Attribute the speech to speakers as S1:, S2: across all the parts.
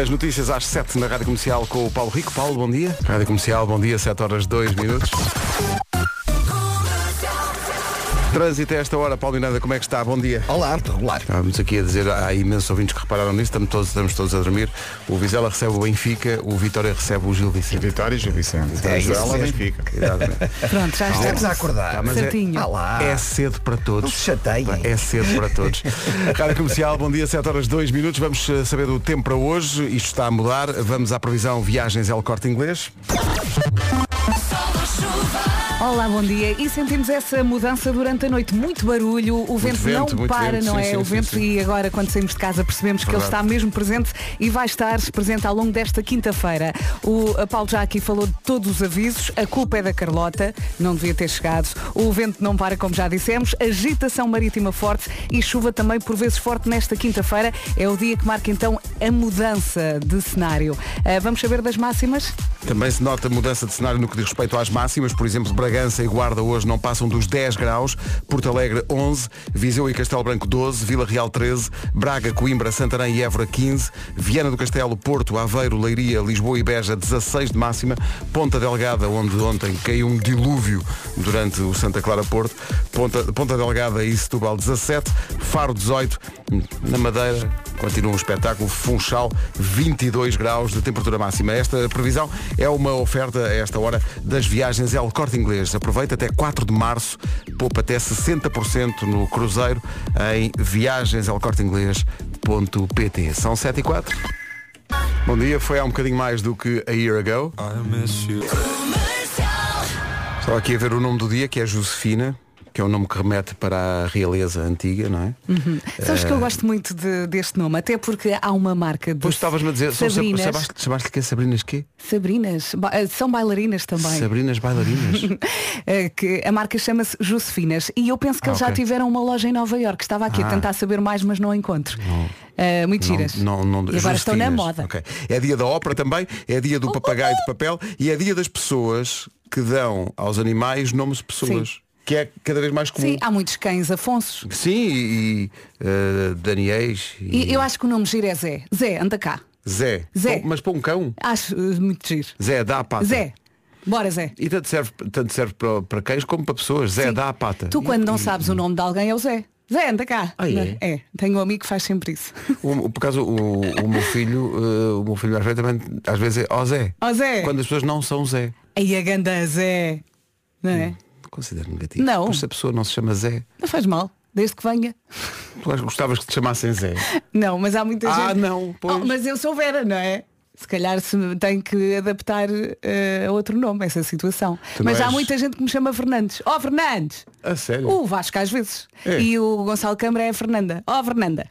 S1: As notícias às 7 na Rádio Comercial com o Paulo Rico. Paulo, bom dia. Rádio Comercial, bom dia, 7 horas 2 minutos. Trânsito a esta hora, Paulo Miranda, como é que está? Bom dia.
S2: Olá, regular.
S1: Estávamos aqui a dizer, há imensos ouvintes que repararam nisso, estamos todos, estamos todos a dormir. O Vizela recebe o Benfica, o Vitória recebe o Gil Vicente.
S3: Vitória e Gil Vicente.
S2: É isso
S3: Joela,
S2: mesmo.
S3: Benfica.
S1: Exatamente.
S4: Pronto, já
S2: Estamos a
S4: está.
S2: acordar.
S1: mas é,
S4: Certinho.
S2: Ah lá.
S1: é cedo para
S2: Não
S1: todos.
S2: se chateiem.
S1: É cedo para todos. Rádio Comercial, bom dia, 7 horas 2 minutos. Vamos eh, saber do tempo para hoje. Isto está a mudar. Vamos à previsão Viagens El Corte Inglês.
S4: Olá, bom dia. E sentimos essa mudança durante a noite. Muito barulho, o vento,
S1: vento,
S4: não
S1: muito
S4: para,
S1: vento.
S4: não
S1: Sim,
S4: é?
S1: sim,
S4: o
S1: sim,
S4: vento
S1: sim.
S4: e agora quando saímos de casa percebemos que ele
S1: Verdade.
S4: está mesmo presente e vai estar presente ao longo desta quinta-feira. O Paulo já aqui falou de todos os avisos. A culpa é da Carlota, não devia ter chegado. O vento não para, como já dissemos. Agitação marítima forte e chuva também por vezes forte nesta quinta-feira. É o dia que marca então a mudança de cenário. Ah, vamos saber das máximas?
S1: Também se nota mudança de cenário no que diz respeito às máximas. Por exemplo, Bragança e Guarda hoje não passam dos 10 graus. Porto Alegre 11, Viseu e Castelo Branco 12, Vila Real 13, Braga, Coimbra, Santarém e Évora 15, Viana do Castelo, Porto, Aveiro, Leiria, Lisboa e Beja 16 de máxima, Ponta Delgada, onde ontem caiu um dilúvio durante o Santa Clara Porto, Ponta, Ponta Delgada e Setúbal 17, Faro 18, na Madeira continua um espetáculo, Funchal 22 graus de temperatura máxima. Esta previsão é uma oferta a esta hora das viagens El Corte Inglês. Aproveita até 4 de março, poupa até 60% no cruzeiro em viagenselcorteinglês.pt. São 7 e 4. Bom dia, foi há um bocadinho mais do que a year ago. Estou aqui a ver o nome do dia, que é Josefina, que é um nome que remete para a realeza antiga, não é?
S4: Sabes que eu gosto muito de- deste nome, até porque há uma marca de
S1: Pois estavas-me a dizer, são Sab-
S4: Sabrinas.
S1: chamaste- chamaste-lhe que é Sabrinas quê?
S4: Sabrinas, ba- eh, são bailarinas também.
S1: Sabrinas bailarinas.
S4: Eh, que a marca chama-se Josefinas e eu penso que
S1: Ah,
S4: eles já
S1: ok.
S4: tiveram uma loja em Nova Iorque. Estava aqui
S1: Ah.
S4: a tentar saber mais, mas não encontro. Eh, muito giras.
S1: Não, não, não-
S4: e agora estão na
S1: Justinas.
S4: moda.
S1: Ok. É dia da ópera também, é dia do papagaio de papel e é dia das pessoas que dão aos animais nomes de pessoas. Que é cada vez mais comum.
S4: Sim, há muitos cães, Afonso.
S1: Sim, e, e eh, Daniéis
S4: E
S1: e,
S4: eu acho que o nome giro é Zé. Zé, anda cá.
S1: Zé.
S4: Zé.
S1: Pô, mas para um cão.
S4: Acho eh, muito giro.
S1: Zé, dá a pata.
S4: Zé, bora Zé.
S1: E tanto serve, tanto serve para, para cães como para pessoas. Zé,
S4: Sim.
S1: dá a pata.
S4: Tu quando não sabes o nome de alguém é o Zé. Zé, anda cá.
S1: Ah, é?
S4: é, tenho um amigo que faz sempre isso.
S1: O, por causa o, o meu filho, eh, o meu filho mais velho também às vezes é ó Zé.
S4: Ó Zé.
S1: Quando as pessoas não são Zé.
S4: Aí a ganda Zé. Não é?
S1: Considero negativo.
S4: Não.
S1: Mas se a pessoa Hum. não se chama Zé,
S4: Não faz mal, desde que venha.
S1: tu acho que gostavas que te chamassem Zé.
S4: Não, mas há muita
S1: Ah,
S4: gente.
S1: não, pois.
S4: Oh, mas eu sou Vera, não é? Se calhar se tem que adaptar eh, a outro nome essa situação.
S1: Tu não
S4: mas há
S1: és-
S4: muita gente que me chama Fernandes. Ó oh, Fernandes!
S1: A sério?
S4: O Vasco às vezes.
S1: É.
S4: E o Gonçalo Câmara é a Fernanda. Ó oh, Fernanda.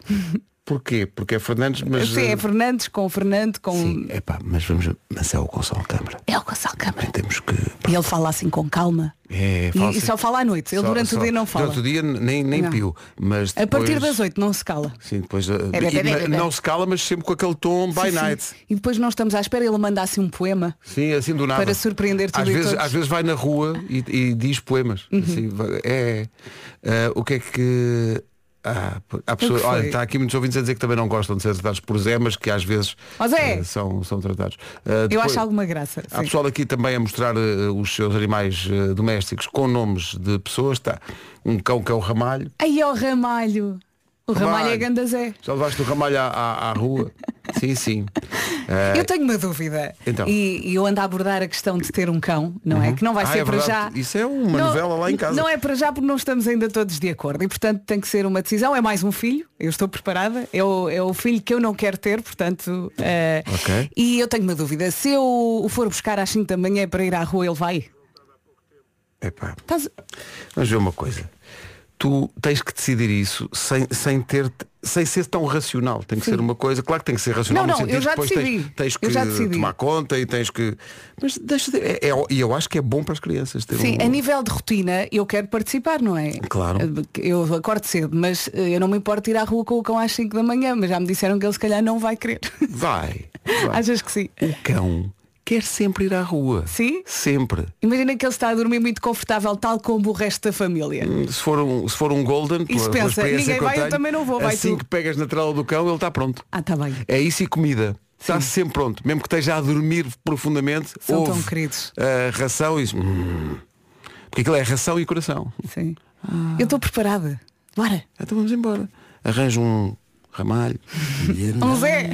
S1: Porquê? Porque é Fernandes, mas.
S4: Sim, é Fernandes com Fernando, com.
S1: Sim, epá, mas vamos. Mas é o Gonçalo Câmara.
S4: É o Gonçalo Câmara.
S1: Temos que.
S4: E ele fala assim com calma.
S1: É,
S4: e,
S1: fala
S4: e
S1: assim.
S4: só fala à noite. Ele
S1: Só-
S4: durante
S1: só-
S4: o dia não fala.
S1: Durante o dia nem, nem
S4: Não.
S1: pio. Mas
S4: A partir
S1: depois-
S4: das oito não se cala.
S1: Sim, depois. eh,
S4: É, é, é,
S1: e-
S4: é, é.
S1: Não se cala, mas sempre com aquele tom by
S4: Sim, sim.
S1: night.
S4: E depois não estamos à espera, ele manda assim um poema.
S1: Sim, assim do nada.
S4: Para surpreender Uhum. tudo
S1: às
S4: e
S1: vezes,
S4: todos.
S1: às vezes vai na rua e, e diz poemas. Assim, vai- é, é. Ah, o que é que. Ah, pô, há pessoas,
S4: que foi?
S1: olha, está aqui muitos ouvintes a dizer que também não gostam de ser tratados por Zé, mas que às vezes
S4: Ó Zé!
S1: eh, são, são tratados. Ah,
S4: é. Eu
S1: depois-
S4: acho assim. alguma graça.
S1: Há
S4: sim.
S1: pessoal aqui também a mostrar eh, os seus animais eh, domésticos com nomes de pessoas. Está um cão que é o ramalho.
S4: Aí é o Ramalho. O Ramalho,
S1: Ramalho.
S4: é Gandazé.
S1: Já levaste o ramalho à, à- à rua? sim, sim. Ah,
S4: Eu tenho uma dúvida.
S1: Então.
S4: E, e eu ando a abordar a questão de ter um cão, não é? Que não vai
S1: Ah,
S4: ser
S1: é
S4: para já.
S1: verdade. Isso é uma novela lá em casa.
S4: Não é para já porque não estamos ainda todos de acordo. E portanto tem que ser uma decisão. É mais um filho, eu estou preparada. É o, é o filho que eu não quero ter, portanto. eh,
S1: Ok.
S4: E eu tenho uma dúvida. Se eu o for buscar às 5 da manhã para ir à rua, ele vai?
S1: Epá,
S4: Estás-
S1: Vamos ver uma coisa. Tu tens que decidir isso sem, sem ter sem ser tão racional. Tem que ser uma coisa, claro que tem que ser racional no
S4: Não, não, eu
S1: sentido
S4: já
S1: que depois
S4: decidi.
S1: tens, tens
S4: Eu já
S1: que
S4: decidi.
S1: tomar conta e tens que. Mas deixa de- é- é- e eu acho que é bom para as crianças ter
S4: Sim,
S1: um-
S4: a nível de rotina eu quero participar, não é?
S1: Claro.
S4: Eu acordo cedo, mas eh, eu não me importo ir à rua com o cão às 5 da manhã, mas já me disseram que ele se calhar não vai querer.
S1: Vai. vai.
S4: Achas que sim?
S1: O cão quer sempre ir à rua.
S4: Sim?
S1: Sempre.
S4: Imagina que ele está a dormir muito confortável, tal como o resto da família.
S1: Se for um, se for um golden, pela,
S4: se
S1: pela
S4: pensa,
S1: experiência
S4: ninguém
S1: que eu
S4: vai, eu
S1: tenho,
S4: também não vou, vai
S1: assim
S4: tu.
S1: que pegas na trela do cão, ele está pronto.
S4: Ah, está bem.
S1: É isso e comida. Está sempre pronto. Mesmo que esteja a dormir profundamente,
S4: São
S1: ouve
S4: tão queridos.
S1: a ração e diz, "Hum." Porque aquilo é ração e coração.
S4: Sim.
S1: Ah.
S4: Eu estou preparada. Bora.
S1: Então vamos embora. Arranja um ramalho.
S4: Um Zé.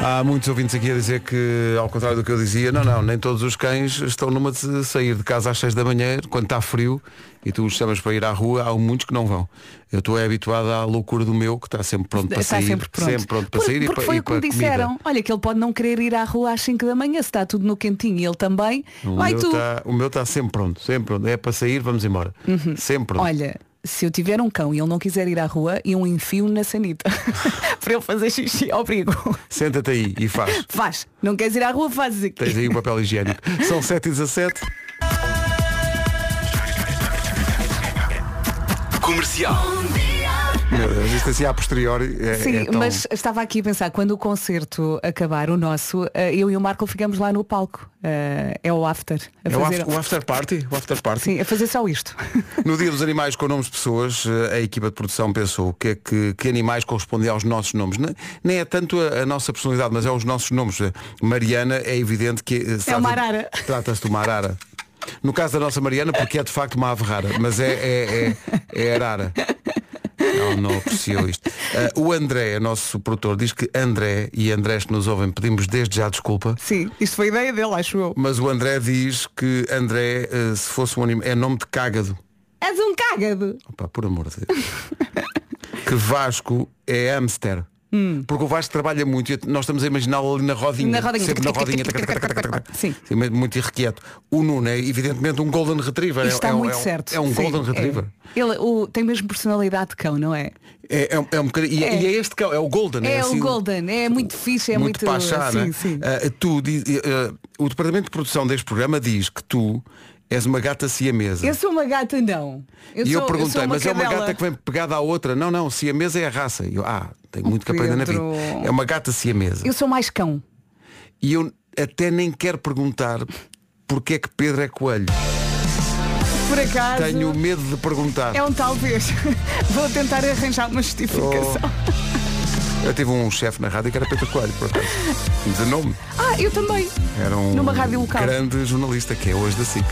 S1: Há muitos ouvintes aqui a dizer que, ao contrário do que eu dizia, não, não, nem todos os cães estão numa de sair de casa às 6 da manhã, quando está frio, e tu os chamas para ir à rua, há muitos que não vão. Eu estou é habituado à loucura do meu, que está sempre pronto para
S4: Está
S1: sair.
S4: Tá sempre pronto.
S1: para
S4: Porque-
S1: sair
S4: porque
S1: e para,
S4: foi
S1: e
S4: o que me
S1: para comida.
S4: disseram. Olha, que ele pode não querer ir à rua às 5 da manhã, se está tudo no quentinho e ele também.
S1: O
S4: Vai
S1: meu
S4: tu.
S1: está tá sempre pronto, sempre pronto. É para sair, vamos embora. Sempre pronto.
S4: Uhum. Olha, se eu tiver um cão e ele não quiser ir à rua, eu enfio na sanita. para ele fazer xixi ao perigo.
S1: Senta-te aí e faz.
S4: Faz. Não queres ir à rua, fazes aqui.
S1: Tens aí o papel higiênico. São 7 e 17
S2: Comercial.
S1: Meu Deus, isto assim a posteriori é,
S4: Sim,
S1: é tão...
S4: mas estava aqui a pensar, quando o concerto acabar, o nosso, eh, eu e o Marco ficamos lá no palco. Eh, É o after. A
S1: É o
S4: fazer...
S1: after, o after party? O after party?
S4: Sim, a fazer só isto.
S1: No Dia dos Animais com nomes de pessoas, eh, a equipa de produção pensou que, é que, que animais correspondem aos nossos nomes. Ne- Nem é tanto a, a nossa personalidade, mas é os nossos nomes. Eh, Mariana é evidente que. eh, se
S4: É uma
S1: trata-
S4: arara.
S1: Trata-se de uma arara. No caso da nossa Mariana, porque é de facto uma ave rara, mas é, é, é, é arara. Não, não apreciou isto. Eh, o André, nosso produtor, diz que André e Andrés que nos ouvem pedimos desde já desculpa.
S4: Sim, isto foi ideia dele, acho eu.
S1: Mas o André diz que André, eh, se fosse um animal, é nome de cágado.
S4: És um cágado.
S1: Opa, por amor de Deus. que Vasco é hamster. Porque o Vasco trabalha muito e eu- nós estamos a imaginá-lo ali na rodinha.
S4: Hum. Na rodinha.
S1: Sempre na rodinha.
S4: Sim.
S1: mesmo muito irrequieto. O Nuno é evidentemente um golden retriever.
S4: Isto está
S1: é, é um-
S4: muito
S1: é um-
S4: certo.
S1: É um
S4: Sim,
S1: golden retriever.
S4: é. Ele o- tem mesmo personalidade de cão, não é?
S1: É, é um- é um bocadinho- e, é.
S4: É.
S1: e é este cão, é o golden.
S4: É,
S1: assim,
S4: o Golden, é muito fixe, é muito.
S1: muito, pachá,
S4: sim,
S1: né?
S4: sim.
S1: Ah, tu diz- ah, o departamento de produção deste programa diz que tu és uma gata siamesa.
S4: Eu sou uma gata, não.
S1: e eu
S4: sou-
S1: perguntei,
S4: sou
S1: mas é uma
S4: cadela."
S1: gata que vem pegada à outra? Não, não, se a mesa é a raça. E Eu, ah, tenho muito que aprender na vida.
S4: Pedro.
S1: É uma gata se a mesa.
S4: Eu sou mais cão.
S1: E eu até nem quero perguntar porque é que Pedro é coelho.
S4: Por acaso.
S1: Tenho medo de perguntar.
S4: É um talvez. Vou tentar arranjar uma justificação.
S1: Oh. Eu tive um chefe na rádio que era Pedro Coelho, por acaso. De nome.
S4: Ah, eu também.
S1: Era um
S4: Numa rádio local.
S1: grande jornalista que é hoje da SIC.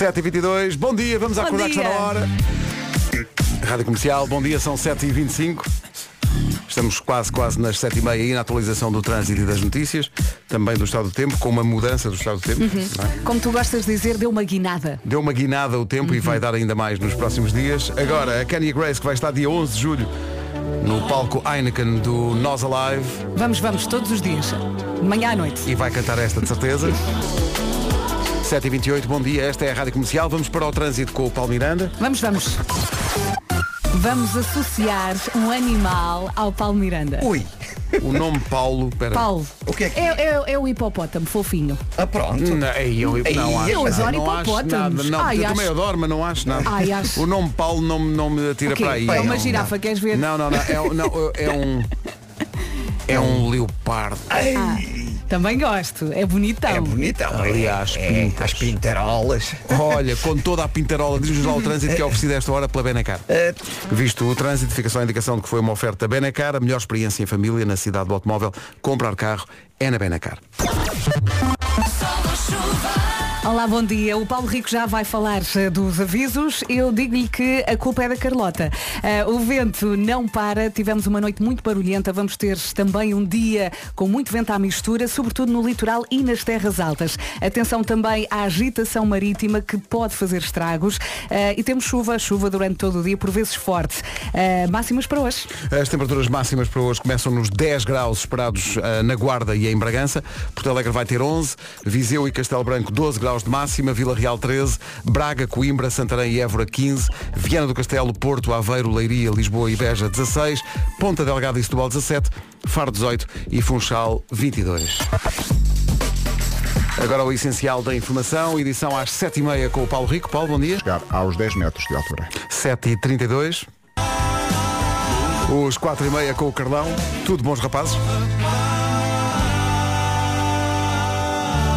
S1: 7h22, bom dia, vamos
S4: Bom
S1: acordar que está
S4: dia.
S1: na hora. Rádio Comercial, bom dia, são 7h25. Estamos quase, quase nas 7h30 aí na atualização do trânsito e das notícias, também do estado do tempo, com uma mudança do estado do tempo.
S4: Uhum.
S1: não é?
S4: Como tu gostas de dizer, deu uma guinada.
S1: Deu uma guinada o tempo e
S4: Uhum.
S1: vai dar ainda mais nos próximos dias. Agora, a Kanye Grace, que vai estar dia 11 de julho no palco Heineken do Nós Alive.
S4: Vamos, vamos, todos os dias. De manhã à noite.
S1: E vai cantar esta de certeza. 7h28, bom dia, esta é a Rádio Comercial. Vamos para o trânsito com o Paulo Miranda.
S4: Vamos, vamos. Vamos associar um animal ao Paulo Miranda.
S1: Ui! O nome Paulo, pera.
S4: Paulo.
S3: O que é que-
S4: É, é- é o hipopótamo, fofinho.
S3: Ah, pronto.
S1: Não, ei, eu,
S3: Ei,
S1: não acho
S4: eu
S1: nada,
S4: adoro
S1: não acho
S4: hipopótamos.
S1: nada. Não,
S4: Ai,
S1: eu
S4: acho-
S1: também adoro, mas não acho nada.
S4: Ai, acho.
S1: O nome Paulo não, me- não me atira
S4: O quê?
S1: para aí.
S4: É uma
S1: não,
S4: girafa,
S1: não.
S4: queres ver?
S1: Não, não, não. É, um- não, é um. É um leopardo.
S4: Também gosto. É bonitão.
S3: É bonitão.
S1: Aliás,
S3: é, as pintarolas.
S1: Olha, com toda a pintarola, diz-nos lá o trânsito que é oferecido a esta hora pela Benacar. Visto o trânsito, fica só a indicação de que foi uma oferta Benacar, a melhor experiência em família na cidade do automóvel. Comprar carro é na Benacar.
S4: Olá, bom dia. O Paulo Rico já vai falar eh, dos avisos. Eu digo-lhe que a culpa é da Carlota. Eh, o vento não para, tivemos uma noite muito barulhenta, vamos ter também um dia com muito vento à mistura, sobretudo no litoral e nas terras altas. Atenção também à agitação marítima que pode fazer estragos Eh, e temos chuva, chuva durante todo o dia, por vezes forte. Eh, máximas para hoje.
S1: As temperaturas máximas para hoje começam nos 10 graus esperados ah, na Guarda e em Bragança. Porto Alegre vai ter 11, Viseu e Castelo Branco 12 graus de máxima, Vila Real 13, Braga, Coimbra, Santarém e Évora 15, Viana do Castelo, Porto, Aveiro, Leiria, Lisboa e Beja 16, Ponta Delgada e Setúbal 17, Faro 18 e Funchal 22. Agora o essencial da informação, edição às 7h30 com o Paulo Rico. Paulo, bom dia.
S5: chegar aos 10 metros de altura.
S1: 7h32. Os 4h30 com o Carlão. Tudo bons rapazes.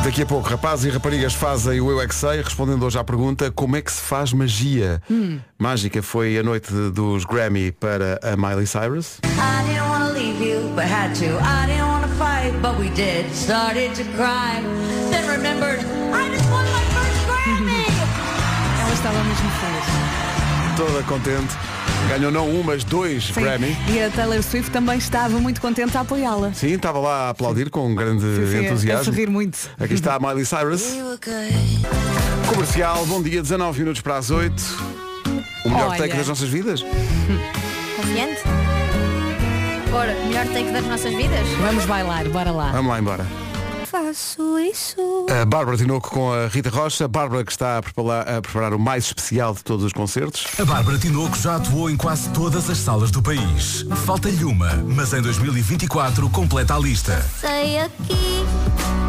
S1: Daqui a pouco, rapazes e raparigas fazem o Eu É Que Sei, respondendo hoje à pergunta como é que se faz magia.
S4: Hum.
S1: Mágica foi a noite dos Grammy para a Miley Cyrus.
S2: I didn't want to leave you, but had to. I didn't want to fight, but we did. Started to cry, then remembered I just won my first Grammy.
S4: Ela estava mesmo feliz.
S1: Toda contente. Ganhou não um, mas dois
S4: Sim.
S1: Grammy.
S4: E a Taylor Swift também estava muito contente a apoiá-la.
S1: Sim, estava lá a aplaudir com um grande
S4: Sim, sim, A
S1: entusiasmo.
S4: sorrir muito.
S1: Aqui está a Miley Cyrus.
S2: We were good.
S1: Comercial, bom dia, 19 minutos para as 8. O melhor
S4: Olha.
S1: take das nossas vidas?
S5: Confiante? Bora, melhor take das nossas vidas?
S4: Vamos bailar, bora lá.
S1: Vamos lá embora.
S5: Faço isso.
S1: A Bárbara Tinoco com a Rita Rocha. Bárbara que está a preparar, a preparar o mais especial de todos os concertos.
S6: A Bárbara Tinoco já atuou em quase todas as salas do país. Falta-lhe uma, mas em 2024 completa a lista.
S5: Sei aqui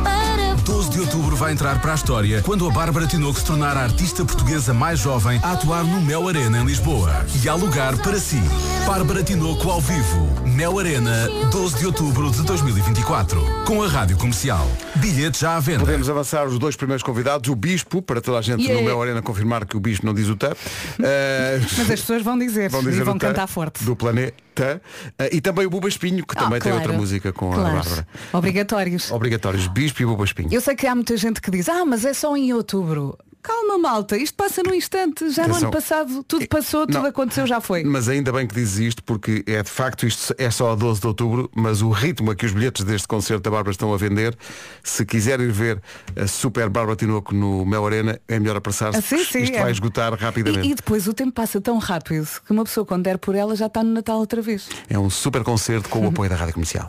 S5: para
S6: 12 de outubro vai entrar para a história quando a Bárbara Tinoco se tornar a artista portuguesa mais jovem a atuar no Mel Arena em Lisboa. E há lugar para si. Bárbara Tinoco ao vivo. Mel Arena, 12 de outubro de 2024. Com a Rádio Comercial. Bilhetes já à venda.
S1: Podemos avançar os dois primeiros convidados. O Bispo, para toda a gente
S4: Yeah.
S1: no Mel Arena confirmar que o Bispo não diz o TAP.
S4: Mas as pessoas vão dizer,
S1: vão dizer
S4: e vão
S1: o Tã
S4: cantar forte.
S1: Do planeta. Eh, e também o Buba Espinho, que
S4: Ah,
S1: também tem
S4: claro.
S1: outra música com
S4: Claro.
S1: a Bárbara.
S4: Obrigatórios.
S1: Obrigatórios, Bispo e Buba Espinho.
S4: Eu sei que há muita gente que diz, ah, mas é só em outubro. Calma, malta, isto passa num instante. Já no
S1: Atenção.
S4: ano passado tudo
S1: Eh,
S4: passou, tudo
S1: não.
S4: aconteceu, já foi.
S1: Mas ainda bem que dizes isto, porque é de facto isto é só a 12 de outubro, mas o ritmo a que os bilhetes deste concerto da Bárbara estão a vender, se quiserem ver a Super Bárbara Tinoco no Mel Arena, é melhor apressar-se.
S4: Ah, sim,
S1: porque
S4: sim,
S1: isto
S4: é.
S1: vai esgotar rapidamente.
S4: E, e depois o tempo passa tão rápido que uma pessoa quando der por ela já está no Natal outra vez.
S1: É um super concerto com o apoio da Rádio Comercial.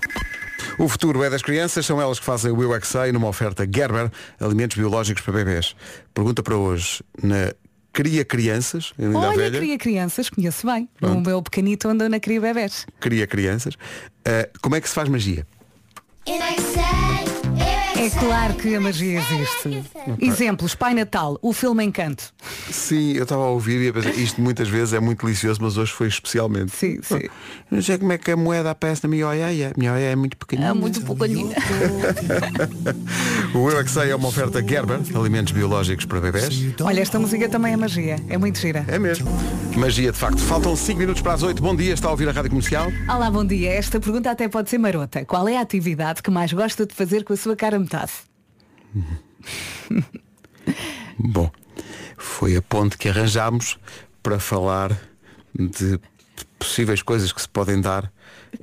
S1: O futuro é das crianças, são elas que fazem o Eu É Que Sei numa oferta Gerber, alimentos biológicos para bebês. Pergunta para hoje, na Cria Crianças, em Linda a
S4: Olha,
S1: Velha,
S4: cria crianças, conheço bem. O meu pequenito andou na cria bebés.
S1: Cria Crianças, ah, como é que se faz magia?
S5: Eu é que sei, eu
S4: É claro que a magia existe. Exemplos, Pai Natal, o filme Encanto.
S1: Sim, eu estava a ouvir e a pensar, isto muitas vezes é muito delicioso, mas hoje foi especialmente.
S4: Sim, sim.
S1: Não sei como é que a moeda aparece na minha oeia. A minha oeia é muito pequenina.
S4: É muito pequenina.
S1: O Eu É Que Sei é uma oferta Gerber, alimentos biológicos para bebés.
S4: Olha, esta música também é magia. É muito gira.
S1: É mesmo. Magia, de facto. Faltam 5 minutos para as 8. Bom dia, está a ouvir a Rádio Comercial?
S4: Olá, bom dia. Esta pergunta até pode ser marota. Qual é a atividade que mais gosta de fazer com a sua cara metade?
S1: Bom, foi a ponte que arranjámos para falar de possíveis coisas que se podem dar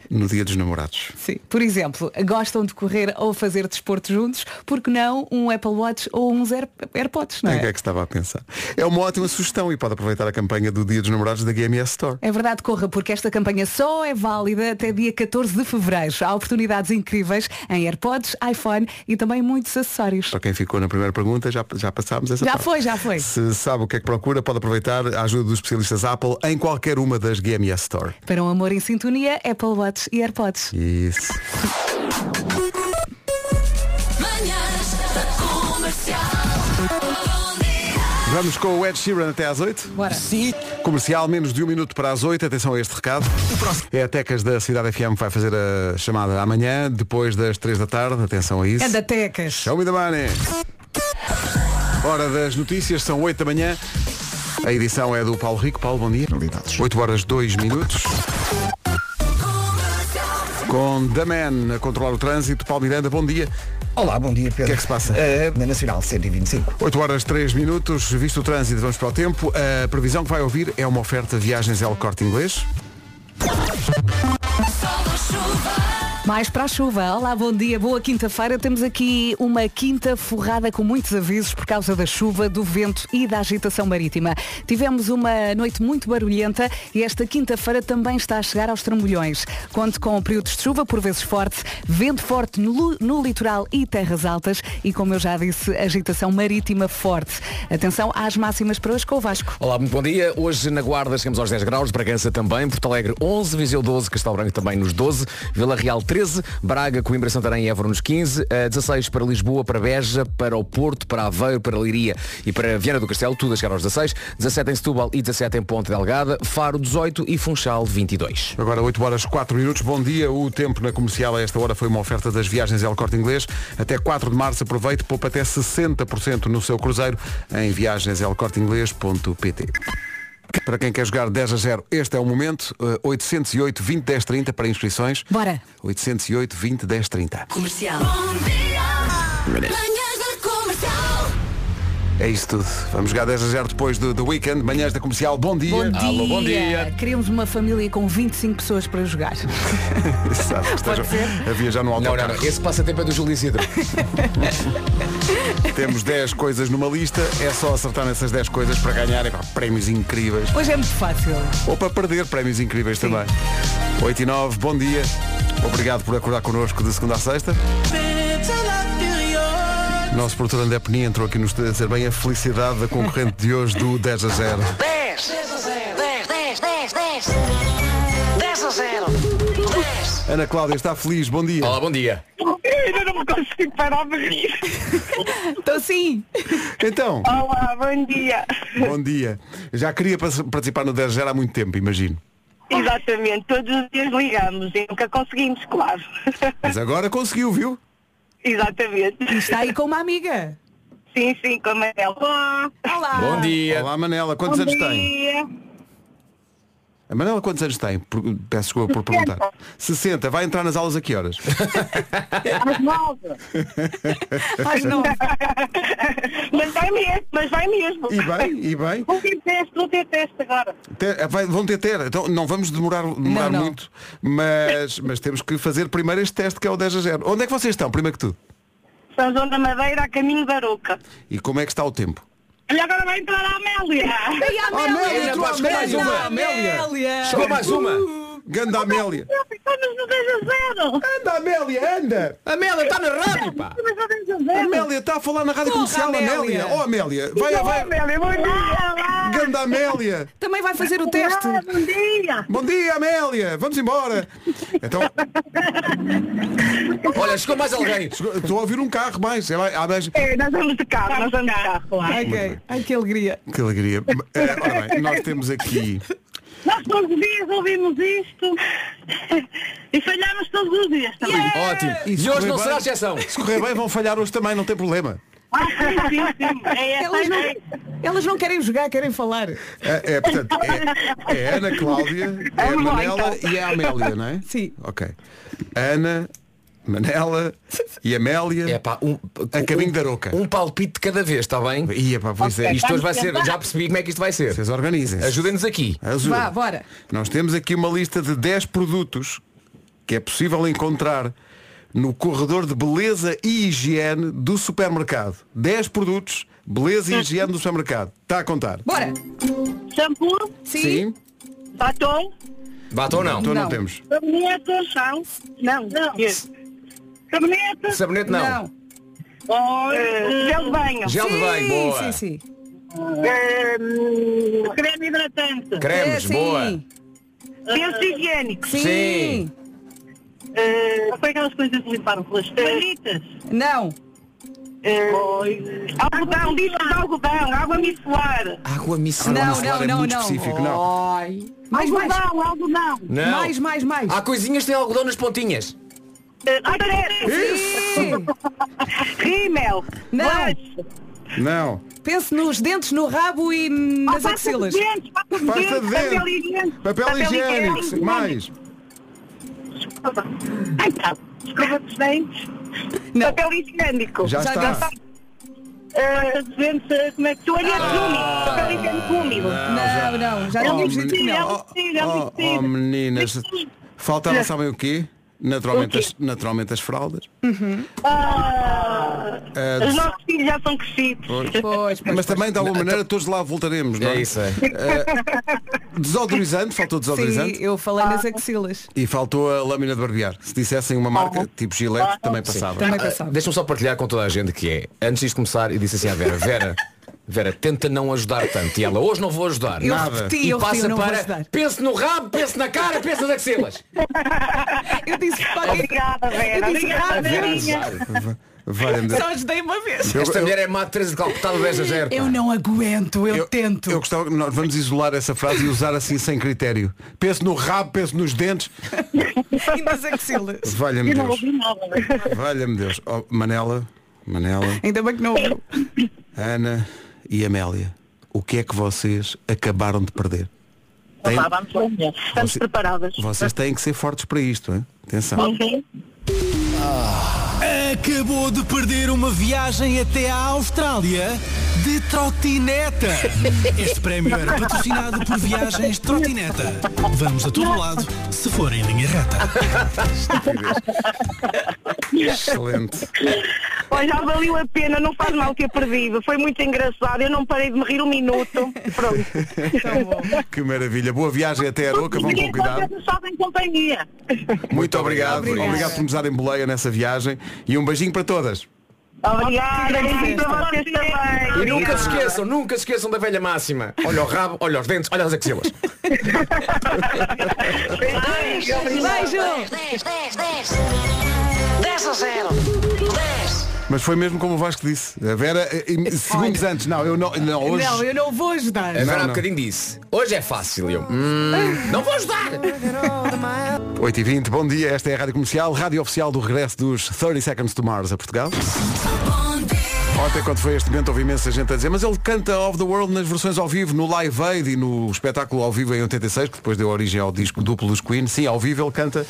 S1: no dia dos namorados.
S4: Sim. Por exemplo, gostam de correr ou fazer desporto juntos, porque não um Apple Watch ou uns Air- AirPods, não
S1: É. O
S4: é?
S1: que é que estava a pensar? É uma ótima sugestão e pode aproveitar a campanha do Dia dos Namorados da GMS Store.
S4: É verdade, corra, porque esta campanha só é válida até dia 14 de fevereiro. Há oportunidades incríveis em AirPods, iPhone e também muitos acessórios.
S1: Para quem ficou na primeira pergunta, já, já passámos essa
S4: Já
S1: parte.
S4: foi, já foi.
S1: Se sabe o que é que procura, pode aproveitar a ajuda dos especialistas Apple em qualquer uma das GMS Store.
S4: Para um amor em sintonia, Apple Watch e AirPods.
S1: Isso.
S2: Manhãs da comercial.
S1: Vamos com o Ed Sheeran até às 8.
S4: Bora.
S1: Comercial, menos de um minuto para as 8. Atenção a este recado. É a Tecas da Cidade FM que vai fazer a chamada amanhã, depois das 3 da tarde. Atenção a isso.
S4: Anda Tecas.
S1: Show me the money. Hora das notícias, são 8 da manhã. A edição é do Paulo Rico. Paulo, bom dia. 8 horas 2 minutos. Com The Man a controlar o trânsito. Paulo Miranda, bom dia.
S3: Olá, bom dia, Pedro.
S1: O que é que se passa?
S3: Eh, na Nacional 125.
S1: 8 horas 3 minutos, visto o trânsito, vamos para o tempo. A previsão que vai ouvir é uma oferta Viagens L Corte Inglês.
S4: Mais para a chuva. Olá, bom dia, boa quinta-feira. Temos aqui uma quinta forrada com muitos avisos por causa da chuva, do vento e da agitação marítima. Tivemos uma noite muito barulhenta e esta quinta-feira também está a chegar aos trambolhões. Conte com períodos de chuva, por vezes forte, vento forte no, lu- no litoral e terras altas e, como eu já disse, agitação marítima forte. Atenção às máximas para hoje com o Vasco.
S7: Olá, muito bom dia. Hoje na Guarda chegamos aos 10 graus, Bragança também, Porto Alegre 11, Viseu 12, Castelo Branco também nos 12, Vila Real 13, Braga, Coimbra, Santarém e Évora nos 15, eh, 16 para Lisboa, para Beja, para o Porto, para Aveiro, para Leiria e para Viana do Castelo, tudo a chegar aos 16, 17 em Setúbal e 17 em Ponte Delgada, Faro 18 e Funchal 22.
S1: Agora 8 horas 4 minutos. Bom dia. O tempo na comercial a esta hora foi uma oferta das viagens El Corte Inglês. Até 4 de março aproveite, poupa até 60% no seu cruzeiro em viagenselcorteinglês.pt. Para quem quer jogar 10 a 0, este é o momento. Eh, 808 20 10 30 para inscrições.
S4: Bora.
S1: 808 20 10 30.
S2: Comercial.
S1: É isso tudo. Vamos jogar 10 a 0 depois do, do weekend. Manhãs da comercial. Bom dia.
S4: Bom dia.
S7: Alô, bom dia.
S4: Queremos uma família com 25 pessoas para jogar.
S1: Sabe que estejam a viajar no
S7: Não,
S1: autocarro.
S7: não, não, esse passatempo é do Júlio Isidro.
S1: Temos 10 coisas numa lista. É só acertar nessas 10 coisas para ganhar epá, prémios incríveis.
S4: Hoje é muito fácil.
S1: ou para perder prémios incríveis também. 8 e 9, bom dia. Obrigado por acordar connosco de segunda a sexta. Nosso produtor André Peninha entrou aqui nos a dizer bem a felicidade da concorrente de hoje do 10 a 0.
S8: 10, 10, 10, 10, 10. 10 a 0. 10.
S1: Ana Cláudia está feliz, bom dia.
S7: Olá, bom dia.
S9: Eu ainda não me consigo parar de rir.
S4: Então sim.
S1: Então,
S9: Olá, bom dia.
S1: bom dia. Já queria pas- participar no 10 a 0 há muito tempo, imagino.
S9: Exatamente, todos os dias ligamos e nunca conseguimos, claro.
S1: Mas agora conseguiu, viu?
S9: Exatamente.
S4: Está aí com uma amiga.
S9: Sim, sim, com a Manel. Olá.
S4: Olá.
S7: Bom dia.
S1: Olá Manela, quantos anos tem?
S9: dia.
S1: A Manela quantos anos tem? Por- Peço desculpa por perguntar. 60, vai entrar nas aulas a que horas?
S9: Às nove.
S4: Faz não.
S9: Mas vai mesmo, mas vai mesmo.
S1: E bem, e bem.
S9: Vou ter teste, vou ter teste agora.
S1: Ter- vai- vão ter ter, então não vamos demorar, demorar
S4: Não, não.
S1: muito, mas, mas temos que fazer primeiro este teste que é o 10 a 0. Onde é que vocês estão, primeiro que tudo?
S9: São João da Madeira a caminho da Aroca.
S1: E como é que está o tempo?
S9: E agora vai entrar a Amélia.
S4: E a Amélia,
S1: Amélia, tu
S4: tu
S1: Amélia,
S4: Amélia.
S1: uma Amélia.
S4: Amélia.
S7: Chegou mais uma.
S1: Ganda Amélia!
S9: Estamos no 10 a 0.
S1: Anda Amélia, anda!
S7: Amélia, está na rádio, pá.
S9: Estamos no 10 a 0.
S1: Amélia está a falar na rádio
S4: Porra,
S1: comercial, Amélia!
S4: Amélia.
S1: Oh Amélia, vai, vai!
S9: Amélia, bom dia.
S1: Ganda Amélia!
S4: Também vai fazer o teste.
S9: Olá, Ah, bom dia.
S1: Bom dia Amélia! Vamos embora! Então,
S7: Olha, chegou mais alguém.
S1: chegou- estou a ouvir um carro mais. É lá- há mais-
S9: É, nós vamos de carro, nós vamos de carro. claro.
S4: Ok. Ai, que alegria.
S1: Que alegria. Eh, ora bem, nós temos aqui.
S9: Nós todos os dias ouvimos isto e falhamos todos os dias também.
S7: Ótimo. E hoje não será exceção.
S1: Se correr bem, vão falhar hoje também, não tem problema.
S9: Ah, sim, sim, sim. É essa
S4: Elas não, elas não querem jogar, querem falar.
S1: É, é, portanto, é, é a Ana Cláudia, é a
S9: Vamos lá,
S1: Manela
S9: então.
S1: e é a Amélia, não é?
S4: Sim.
S1: Ok. Ana, Manela e Amélia.
S7: É pá, um,
S1: A caminho da Aroca.
S7: Um palpite de cada vez, está bem?
S1: Ia para pois é.
S7: Isto
S1: Isto
S7: hoje vai ser, já percebi como é que isto vai ser.
S1: vocês organizem.
S7: Ajudem-nos aqui.
S1: Ajuda.
S4: Vá, bora.
S1: Nós temos aqui uma lista de 10 produtos que é possível encontrar no corredor de beleza e higiene do supermercado. 10 produtos, beleza e higiene do supermercado. Está a contar?
S4: Bora.
S9: Shampoo,
S4: Sim.
S9: batom,
S7: Bata ou não?
S1: Então não,
S4: Não.
S1: temos.
S9: sabonetes, não, não, não. Sabonetes,
S7: Sabonete não.
S9: oh, eh, gel de banho,
S7: Gel de banho, boa.
S4: Sim, sim, sim.
S9: eh, creme hidratante,
S7: Cremes,
S4: É, sim.
S7: boa.
S9: pensos higiênicos,
S4: Sim.
S7: Sim.
S9: eh, foi aquelas coisas que limparam com as manitas,
S4: Não.
S9: algodão, disco de algodão, água micelar,
S7: Água micelar.
S4: Não,
S1: micelar
S4: não,
S1: é
S4: não,
S1: muito
S4: não.
S1: específico, não.
S4: Ai. Mais, mais.
S9: algodão, algodão,
S7: Não. Ah,
S4: Mais, mais, mais.
S7: Há coisinhas que têm algodão nas pontinhas.
S9: eh, cotonete,
S4: Sim.
S9: rímel,
S4: Não.
S9: blush,
S1: Não.
S4: Pense nos dentes, no rabo e
S9: Oh,
S4: nas axilas.
S1: Pasta
S9: Pasta
S1: de dente. Papel higiênico. Mais.
S9: Ai, tá. Escova dos dentes.
S4: Não.
S5: É
S9: Papel higiênico.
S1: Já
S4: Já
S1: está.
S4: está.
S9: Pasta de dente, eh, como é que... Toalhetes úmidos. Papel higiênico úmido.
S1: Ah,
S4: Não, não. Já tínhamos dito que não.
S9: Não. vestido, é um
S1: oh,
S9: vestido.
S1: oh, meninas, faltava
S9: Não.
S1: sabem o quê? Naturalmente, As, naturalmente as fraldas.
S9: Ah,
S1: Ah,
S9: os
S1: de-
S9: nossos filhos já são crescidos.
S4: Oh, Pois, pois.
S1: Mas também de alguma maneira todos lá voltaremos, não é?
S7: É isso, é.
S1: Desodorizante, faltou desodorizante.
S4: Sim, eu falei
S9: Ah.
S4: nas axilas.
S1: E faltou a lâmina de barbear. Se dissessem uma marca tipo Gillette, também passava.
S4: Também
S7: Ah,
S4: passava.
S7: Deixa-me só partilhar com toda a gente que é. Antes disto começar, eu disse assim à Vera, Vera, Vera, tenta não ajudar tanto. E ela, hoje não vou ajudar.
S4: Eu repeti,
S7: e
S4: eu repeti,
S7: passa
S4: eu não vou
S7: para,
S4: ajudar.
S7: pense no rabo, pense na cara, pense é nas axilas.
S4: Eu disse qualquer
S9: Obrigada, Vera.
S4: Eu disse,
S9: Obrigada,
S4: ah, Vera,
S9: Verinha.
S1: Vai,
S4: Só ajudei uma vez.
S1: Eu-
S7: Esta
S1: eu-
S7: mulher é má de 13 de calcutado 10 a 0.
S4: Eu não aguento, eu, um tento.
S1: Eu gostava que nós vamos isolar essa frase e usar assim sem critério. Penso no rabo, penso nos dentes.
S4: E nas axilas.
S1: Valha-me
S9: Eu não
S1: Deus.
S9: ouvi nada.
S1: Valha-me Deus. Oh, Manela, Manela,
S4: Ainda bem que não ouviu.
S1: Ana e Amélia. O que é que vocês acabaram de perder? Tem-
S9: Vá, Tá, vamos lá, mulher. Estamos
S1: Você-
S9: preparadas.
S1: Vocês têm que ser fortes para isto, hein? Atenção.
S9: Ok.
S6: Acabou de perder uma viagem até à Austrália de trotineta. Este prémio era patrocinado por Viagens Trotineta. Vamos a todo lado, se for em linha reta.
S1: Excelente.
S9: Olha, já valeu a pena, não faz mal ter perdido. Foi muito engraçado, eu não parei de me rir um minuto. Pronto.
S1: Que maravilha. Boa viagem até Aroca. Vão com cuidado.
S9: Vocês só têm companhia.
S1: Muito obrigado. Obrigado, por nos darem boleia nessa viagem. E um beijinho para todas.
S9: Obrigada, beijinhos a vocês também.
S7: E nunca se esqueçam, nunca se esqueçam da velha máxima. Olha o rabo, olha os dentes, olha é as axilas.
S8: Beijo. 10, 10,
S4: Beijo!
S8: 10. 10 a 0. 10.
S1: Mas foi mesmo como o Vasco disse. A Vera, eh, em segundos antes. Não, eu não. não, hoje.
S4: Não, eu não vou ajudar.
S7: A Vera há
S1: É, não.
S7: um bocadinho disse, hoje é fácil. E eu, "Hum, não vou ajudar.
S1: 8h20, bom dia. Esta é a Rádio Comercial, rádio oficial do regresso dos 30 Seconds to Mars a Portugal. Ontem, quando foi este momento, houve imensa gente a dizer mas ele canta Of the World nas versões ao vivo, no Live Aid e no espetáculo ao vivo em 86, que depois deu origem ao disco duplo dos Queen. Sim, ao vivo ele canta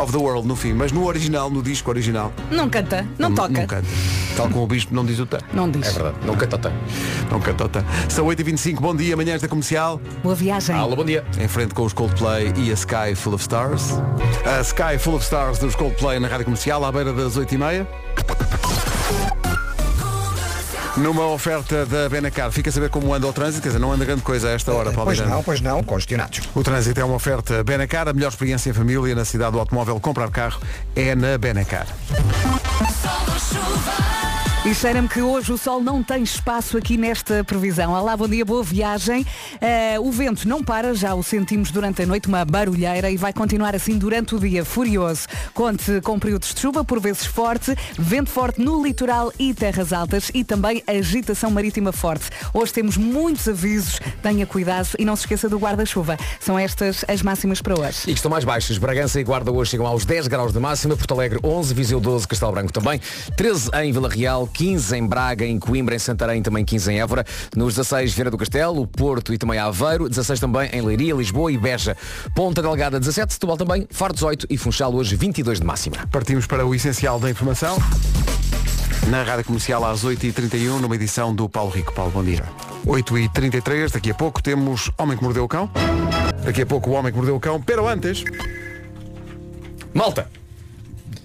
S1: Of the World no fim, mas no original, no disco original,
S4: Não canta, não toca.
S1: não canta. Tal como o Bispo não diz o tan.
S4: Não diz.
S7: É verdade, não canta tanto.
S1: Não canta o tan. São 8h25, bom dia, amanhã esta comercial.
S4: Boa viagem.
S7: Alô, bom dia.
S1: Em frente com os Coldplay e a Sky Full of Stars. A Sky Full of Stars dos Coldplay na Rádio Comercial, à beira das 8h30. Numa oferta da Benacar, fica a saber como anda o trânsito, quer dizer, não anda grande coisa a esta hora, Paulo
S3: É, Pois
S1: Miranda.
S3: não, pois não, congestionados.
S1: O trânsito é uma oferta Benacar, a melhor experiência em família na cidade do automóvel. Comprar carro é na Benacar.
S4: E cheira-me que hoje o sol não tem espaço aqui nesta previsão. Olá, bom dia, boa viagem. Eh, o vento não para, já o sentimos durante a noite, uma barulheira e vai continuar assim durante o dia, furioso. Conte com períodos de chuva, por vezes forte, vento forte no litoral e terras altas e também agitação marítima forte. Hoje temos muitos avisos, tenha cuidado e não se esqueça do guarda-chuva. São estas as máximas para hoje.
S7: E que estão mais baixas. Bragança e Guarda hoje chegam aos 10 graus de máxima, Porto Alegre 11, Viseu 12, Castelo Branco também, 13 em Vila Real, 15 em Braga, em Coimbra, em Santarém também 15 em Évora, nos 16 Vieira do Castelo, Porto e também Aveiro, 16 também em Leiria, Lisboa e Beja, Ponta Delgada 17, Setúbal também, Faro 18 e Funchal hoje 22 de máxima.
S1: Partimos para o essencial da informação. Na Rádio Comercial às 8h31, numa edição do Paulo Rico. Paulo, bom dia. 8h33, daqui a pouco temos Homem que Mordeu o Cão. Daqui a pouco o Homem que Mordeu o Cão. Pero antes,
S7: Malta,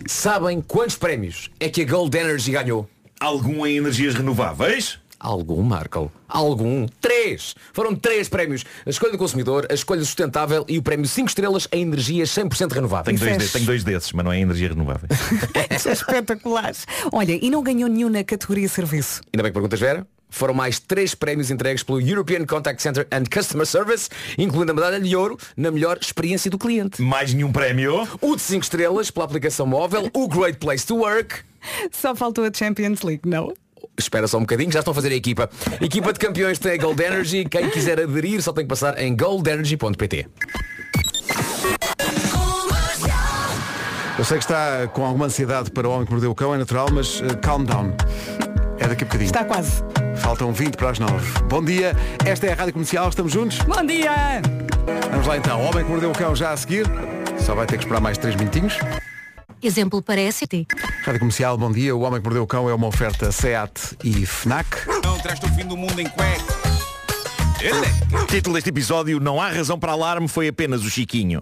S7: sabem quantos prémios é que a Gold Energy ganhou?
S10: Algum em energias renováveis?
S7: Algum, Marco. Algum. Três. Foram três prémios. A escolha do consumidor, a escolha sustentável e o prémio 5 estrelas em energias 100% renováveis.
S10: Tenho
S4: Isso
S10: dois,
S4: é
S10: de- tenho dois desses, mas não é energia renovável.
S4: São espetaculares. Olha, e não ganhou nenhum na categoria serviço.
S7: Ainda bem que perguntas, Vera. Foram mais três prémios entregues pelo European Contact Center and Customer Service, incluindo a medalha de ouro na melhor experiência do cliente.
S10: Mais nenhum prémio?
S7: O de 5 estrelas pela aplicação móvel, o Great Place to Work.
S4: Só faltou a Champions League, não?
S7: Espera só um bocadinho, já estão a fazer a equipa. Equipa de campeões tem a Gold Energy. Quem quiser aderir só tem que passar em goldenergy.pt.
S1: eu sei que está com alguma ansiedade para o Homem que Mordeu o Cão, é natural, mas eh, calm down. É daqui a bocadinho.
S4: Está quase.
S1: Faltam 20 para as 9. Bom dia, esta é a Rádio Comercial, estamos juntos?
S4: Bom dia!
S1: Vamos lá então, Homem que Mordeu o Cão já a seguir. Só vai ter que esperar mais 3 minutinhos.
S5: Exemplo para ST.
S1: Rádio Comercial, bom dia. O Homem que Mordeu o Cão é uma oferta SEAT e FNAC.
S6: Não traz o fim do mundo em é cueca.
S10: Título deste episódio Não há razão para alarme foi apenas o Chiquinho.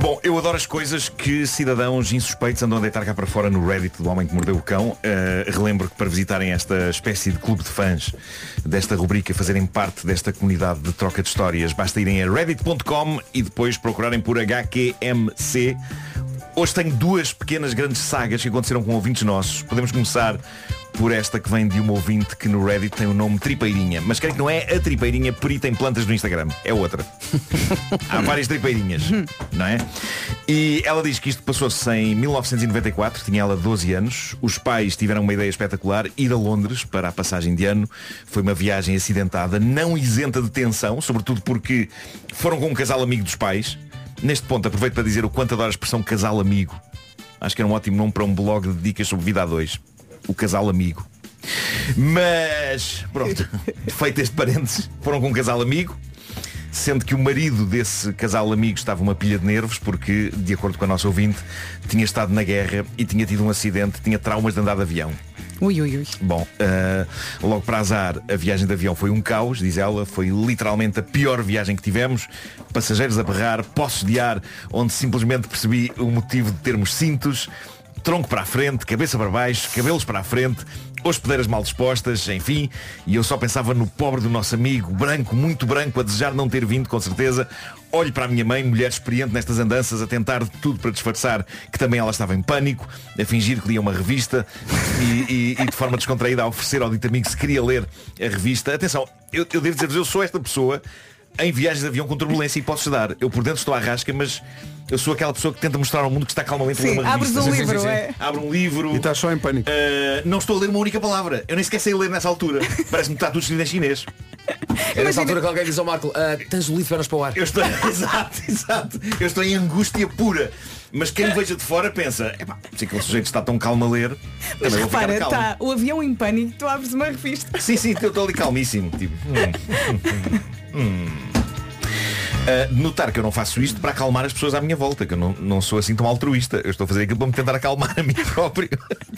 S10: Bom, eu adoro as coisas que cidadãos insuspeitos andam a deitar cá para fora no Reddit do Homem que Mordeu o Cão. Uh, relembro que para visitarem esta espécie de clube de fãs desta rubrica, fazerem parte desta comunidade de troca de histórias, basta irem a reddit.com e depois procurarem por HQMC Hoje tenho duas pequenas grandes sagas que aconteceram com ouvintes nossos. Podemos começar por esta que vem de uma ouvinte que no Reddit tem o nome Tripeirinha. Mas creio que não é a Tripeirinha perita em plantas no Instagram. É outra. Há várias tripeirinhas, não é? E ela diz que isto passou-se em 1994, tinha ela 12 anos. Os pais tiveram uma ideia espetacular, ir a Londres para a passagem de ano. Foi uma viagem acidentada, não isenta de tensão, sobretudo porque foram com um casal amigo dos pais. Neste ponto aproveito para dizer o quanto adoro a expressão casal amigo. Acho que era um ótimo nome para um blog de dicas sobre vida a dois o casal amigo. Mas, pronto, feito este parênteses, foram com um casal amigo, sendo que o marido desse casal amigo estava uma pilha de nervos, porque, de acordo com a nossa ouvinte, tinha estado na guerra e tinha tido um acidente, tinha traumas de andar de avião.
S4: Ui, ui, ui.
S10: Bom, ah, logo para azar, a viagem de avião foi um caos, diz ela, foi literalmente a pior viagem que tivemos. Passageiros a berrar, poços de ar, onde simplesmente percebi o motivo de termos cintos, tronco para a frente, cabeça para baixo, cabelos para a frente, hospedeiras mal dispostas, enfim, e eu só pensava no pobre do nosso amigo, branco, muito branco, a desejar não ter vindo, com certeza. Olho para a minha mãe, mulher experiente nestas andanças, a tentar de tudo para disfarçar que também ela estava em pânico, a fingir que lia uma revista e, e- e de forma descontraída a oferecer ao dito amigo se queria ler a revista. Atenção, eu, eu devo dizer-vos, eu sou esta pessoa em viagens de avião com turbulência e posso dar. Eu por dentro estou à rasca, mas eu sou aquela pessoa que tenta mostrar ao mundo que está calmamente a ler
S4: Sim,
S10: uma
S4: abres
S10: revista.
S4: um
S10: Sim, sim,
S4: livro,
S10: sim, sim.
S4: é.
S10: Abre um livro.
S1: E estás só em pânico.
S10: Uh, não estou a ler uma única palavra. Eu nem sequer sei ler nessa altura. Parece-me que está tudo escrito em chinês.
S7: É nessa altura que alguém diz ao Marco, "Ah, tens o livro para nós para o ar.
S10: Eu estou, exato, exato. Eu estou em angústia pura. Mas quem veja de fora pensa, epá, se aquele sujeito está tão calmo a ler,
S4: Mas
S10: também vou ficar
S4: repara, tá.
S10: calmo.
S4: está o avião em pânico, tu abres uma revista.
S10: Sim, sim, eu estou ali calmíssimo. Tipo, hum, hum, hum. Ah, notar que eu não faço isto para acalmar as pessoas à minha volta, que eu não, não sou assim tão altruísta. Eu estou a fazer aquilo para me tentar acalmar a mim próprio,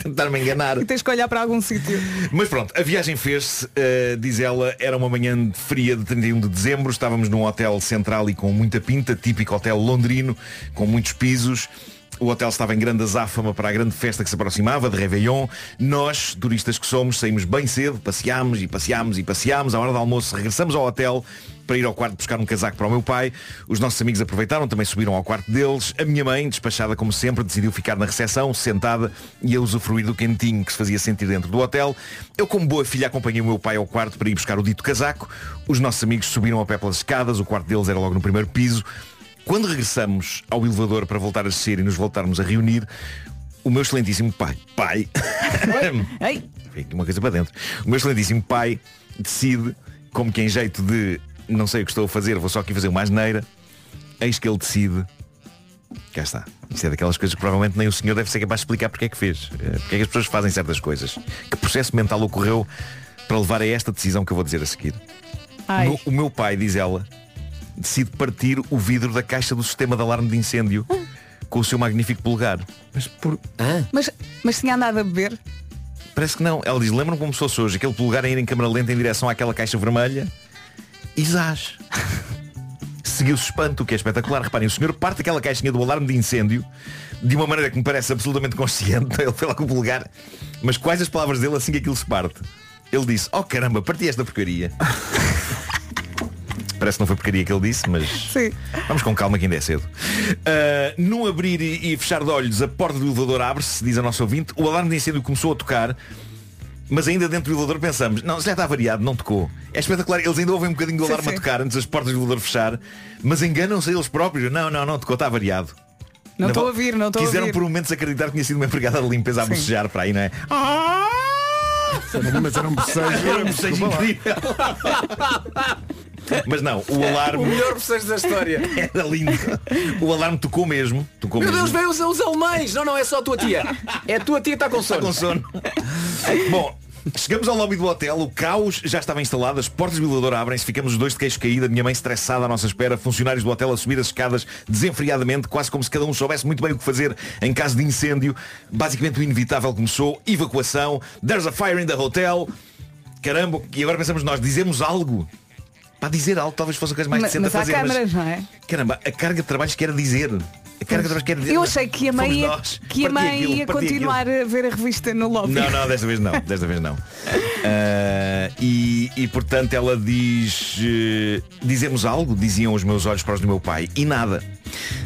S10: tentar me enganar.
S4: E tens que olhar para algum sítio.
S10: Mas pronto, a viagem fez-se, eh, diz ela, era uma manhã de fria de 31 de dezembro, estávamos num hotel central e com muita pinta, típico hotel londrino, com muitos pisos. O hotel estava em grande azáfama para a grande festa que se aproximava, de Réveillon. Nós, turistas que somos, saímos bem cedo, passeámos e passeámos e passeámos. À hora do almoço regressamos ao hotel para ir ao quarto buscar um casaco para o meu pai. Os nossos amigos aproveitaram, também subiram ao quarto deles. A minha mãe, despachada como sempre, decidiu ficar na recepção, sentada e a usufruir do quentinho que se fazia sentir dentro do hotel. Eu, como boa filha, acompanhei o meu pai ao quarto para ir buscar o dito casaco. Os nossos amigos subiram a pé pelas escadas, o quarto deles era logo no primeiro piso. Quando regressamos ao elevador para voltar a descer e nos voltarmos a reunir, o meu excelentíssimo pai, pai,
S4: Ei,
S10: Vem aqui uma coisa para dentro. O meu excelentíssimo pai decide, como que em jeito de não sei o que estou a fazer, vou só aqui fazer uma asneira, eis que ele decide. Cá está. Isso é daquelas coisas que provavelmente nem o senhor deve ser capaz de explicar porque é que fez. eh, Porque é que as pessoas fazem certas coisas. Que processo mental ocorreu para levar a esta decisão que eu vou dizer a seguir. O
S4: ai.
S10: meu- o meu pai, diz ela, decide partir o vidro da caixa do sistema de alarme de incêndio com o seu magnífico polegar. Mas por,
S4: Mas, mas tinha andado a beber.
S10: Parece que não. Ela diz, lembram como se fosse hoje aquele lugar a ir em câmara lenta em direção àquela caixa vermelha? Isás. Seguiu-se espanto, o que é espetacular. Reparem, o senhor parte aquela caixinha do alarme de incêndio de uma maneira que me parece absolutamente consciente. Ele foi lá com o polegar. Mas quais as palavras dele assim que aquilo se parte? Ele disse, oh caramba, parti esta porcaria. Parece que não foi porcaria que ele disse, mas...
S4: Sim.
S10: Vamos com calma que ainda é cedo. Uh, no abrir e, e fechar de olhos, a porta do elevador abre-se, diz a nossa ouvinte. O alarme de incêndio começou a tocar, mas ainda dentro do elevador pensamos, não, já está variado, não tocou. É espetacular, eles ainda ouvem um bocadinho do
S4: Sim,
S10: alarme
S4: sim.
S10: a tocar antes das portas do elevador fechar, mas enganam-se eles próprios. Não, não, não tocou, está variado. Na
S4: Não estou a
S10: vo-
S4: ouvir, não estou a
S10: Quiseram
S4: ouvir.
S10: por um momento desacreditar que tinha sido uma empregada de limpeza a bocejar para aí, não é?
S4: Ah,
S1: Mas era um bocejo.
S10: Era um bocejo incrível. Mas não, o alarme.
S7: O melhor processo da história.
S10: Era lindo. O alarme tocou mesmo. Tocou
S7: Meu
S10: mesmo.
S7: Deus, veio os, os alemães! Não, não, é só a tua tia. É a tua tia que está com
S10: Está
S7: sono.
S10: com sono. Bom. Chegamos ao lobby do hotel, o caos já estava instalado, as portas do elevador abrem-se, ficamos os dois de queixo caído, a minha mãe estressada à nossa espera, funcionários do hotel a subir as escadas desenfreadamente, quase como se cada um soubesse muito bem o que fazer em caso de incêndio. Basicamente o inevitável começou, evacuação, there's a fire in the hotel. Caramba, e agora pensamos nós, dizemos algo? Para dizer algo talvez fosse a coisa mais
S4: Mas-
S10: decente a
S4: mas há
S10: fazer.
S4: câmaras, não é?
S10: Caramba, a carga de trabalhos que era dizer. A carga de trabalhos que era dizer.
S4: Eu achei que a mãe
S10: Fomos
S4: ia,
S10: nós.
S4: que a
S10: Parti
S4: mãe
S10: aquilo,
S4: ia
S10: parti aquilo.
S4: continuar a ver a revista no lobby.
S10: Não, não, desta vez não, desta vez não. Ah, e, e, portanto ela diz eh, Dizemos algo, diziam os meus olhos para os do meu pai E nada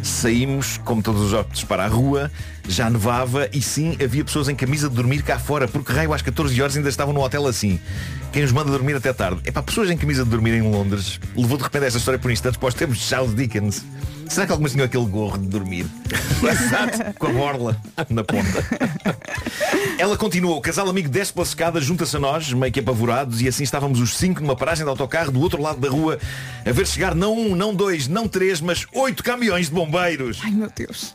S10: Se saímos, como todos os hóspedes, para a rua, já nevava e sim, havia pessoas em camisa de dormir cá fora, porque raio às 14 horas ainda estavam no hotel assim. Quem os manda dormir até tarde? É para pessoas em camisa de dormir em Londres. Levou de repente esta história por instantes para os termos de Charles Dickens. Será que algumas tinham aquele gorro de dormir? Exato, com a borla na ponta. Ela continuou, o casal amigo desce pela escada, junta-se a nós, meio que apavorados, e assim estávamos os cinco numa paragem de autocarro do outro lado da rua, a ver chegar não um, não dois, não três, mas oito caminhões de bombeiros.
S4: Ai meu Deus.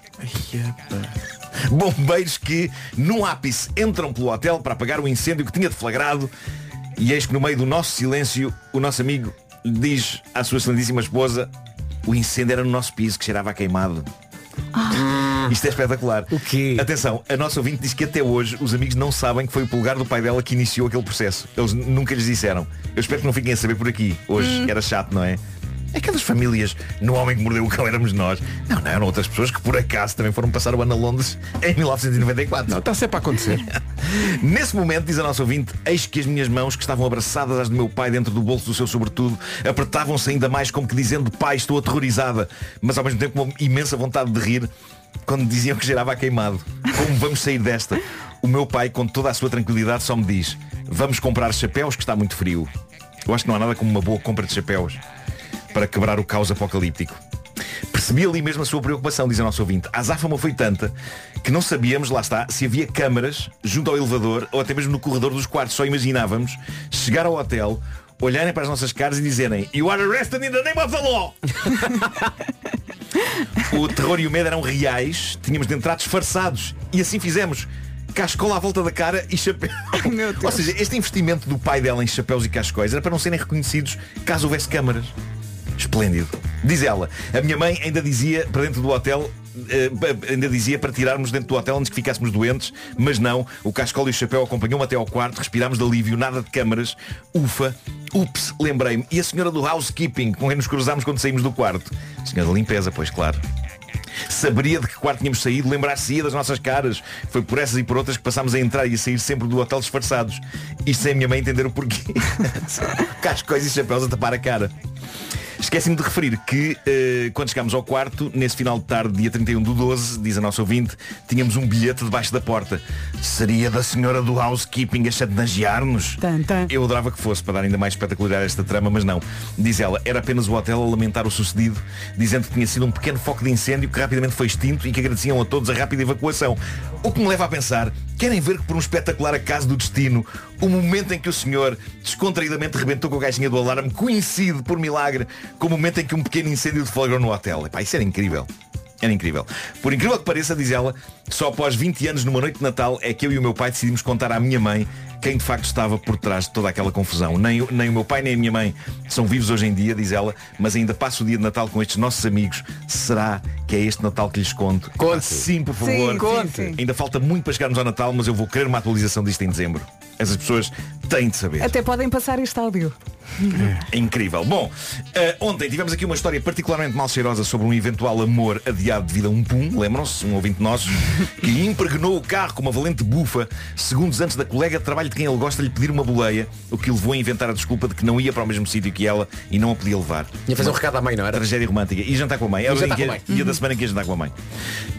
S10: Bombeiros que, num ápice, entram pelo hotel para apagar o incêndio que tinha deflagrado, e eis que no meio do nosso silêncio, o nosso amigo diz à sua excelentíssima esposa, o incêndio era no nosso piso, que cheirava a queimado. Isto é espetacular. O quê? Atenção, a nossa ouvinte diz que até hoje os amigos não sabem que foi o polegar do pai dela que iniciou aquele processo. Eles nunca lhes disseram. Eu espero que não fiquem a saber por aqui. Hoje era chato, não é? Aquelas famílias no Homem que Mordeu o Cão éramos nós. Não, não, eram outras pessoas que por acaso também foram passar o ano a Londres em 1994. Não,
S1: está sempre a acontecer.
S10: Nesse momento, diz a nossa ouvinte, eis que as minhas mãos, que estavam abraçadas às do meu pai dentro do bolso do seu sobretudo, apertavam-se ainda mais como que dizendo, pai, estou aterrorizada, mas ao mesmo tempo com uma imensa vontade de rir, quando diziam que gerava a queimado. Como vamos sair desta? O meu pai, com toda a sua tranquilidade, só me diz, vamos comprar chapéus que está muito frio. Eu acho que não há nada como uma boa compra de chapéus para quebrar o caos apocalíptico. Percebi ali mesmo a sua preocupação, diz a nossa ouvinte. A azáfama foi tanta que não sabíamos, lá está, se havia câmaras junto ao elevador ou até mesmo no corredor dos quartos. Só imaginávamos chegar ao hotel, olharem para as nossas caras e dizerem You are arrested in the name of the law! o terror e o medo eram reais, tínhamos de entrar disfarçados. E assim fizemos. Cascola à volta da cara e chapéu.
S4: meu Deus.
S10: Ou seja, este investimento do pai dela em chapéus e cascóis era para não serem reconhecidos caso houvesse câmaras. Esplêndido. Diz ela, a minha mãe ainda dizia para dentro do hotel, eh, pa- ainda dizia para tirarmos dentro do hotel antes que ficássemos doentes, mas não, o cascola e o chapéu acompanhou-me até ao quarto, respirámos de alívio, nada de câmaras, ufa, ups, lembrei-me. E a senhora do housekeeping, com quem nos cruzámos quando saímos do quarto? Senhora da limpeza, pois claro. Saberia de que quarto tínhamos saído, lembrar-se-ia das nossas caras. Foi por essas e por outras que passámos a entrar e a sair sempre do hotel disfarçados. Isto sem a minha mãe entender o porquê. Cascóis e chapéus a tapar a cara. Esqueci-me de referir que eh, quando chegámos ao quarto, nesse final de tarde, dia 31 do 12, diz a nossa ouvinte, tínhamos um bilhete debaixo da porta. Seria da senhora do housekeeping a chantagear-nos?
S4: Tan, tan.
S10: Eu adorava que fosse para dar ainda mais espetacularidade a esta trama, mas não. Diz ela, era apenas o hotel a lamentar o sucedido, dizendo que tinha sido um pequeno foco de incêndio que rapidamente foi extinto e que agradeciam a todos a rápida evacuação. O que me leva a pensar, querem ver que por um espetacular acaso do destino, o momento em que o senhor descontraídamente rebentou com a caixinha do alarme coincide, por milagre, com o momento em que um pequeno incêndio deflagrou no hotel. Epá, isso era incrível. Era incrível. Por incrível que pareça, diz ela, só após 20 anos numa noite de Natal é que eu e o meu pai decidimos contar à minha mãe quem de facto estava por trás de toda aquela confusão. Nem, o- nem o meu pai nem a minha mãe são vivos hoje em dia, diz ela, mas ainda passo o dia de Natal com estes nossos amigos. Será que é este Natal que lhes conto? Conte. Sim, por
S4: Sim,
S10: favor.
S4: sim, Conte. sim.
S10: Ainda falta muito para chegarmos ao Natal, mas eu vou querer uma atualização disto em dezembro. Essas pessoas têm de saber.
S4: Até podem passar este áudio.
S10: É incrível. Bom, eh, ontem tivemos aqui uma história particularmente mal cheirosa sobre um eventual amor adiado devido a um pum, lembram-se, um ouvinte nosso, que impregnou o carro com uma valente bufa, segundos antes da colega de trabalho de quem ele gosta lhe pedir uma boleia, o que o levou a inventar a desculpa de que não ia para o mesmo sítio que ela e não a podia levar.
S7: Ia fazer um recado à mãe, não era?
S10: Tragédia romântica. E jantar com a mãe. É o
S7: E
S10: dia,
S7: jantar
S10: que-
S7: com a mãe. Uhum.
S10: dia da semana que ia jantar com a mãe.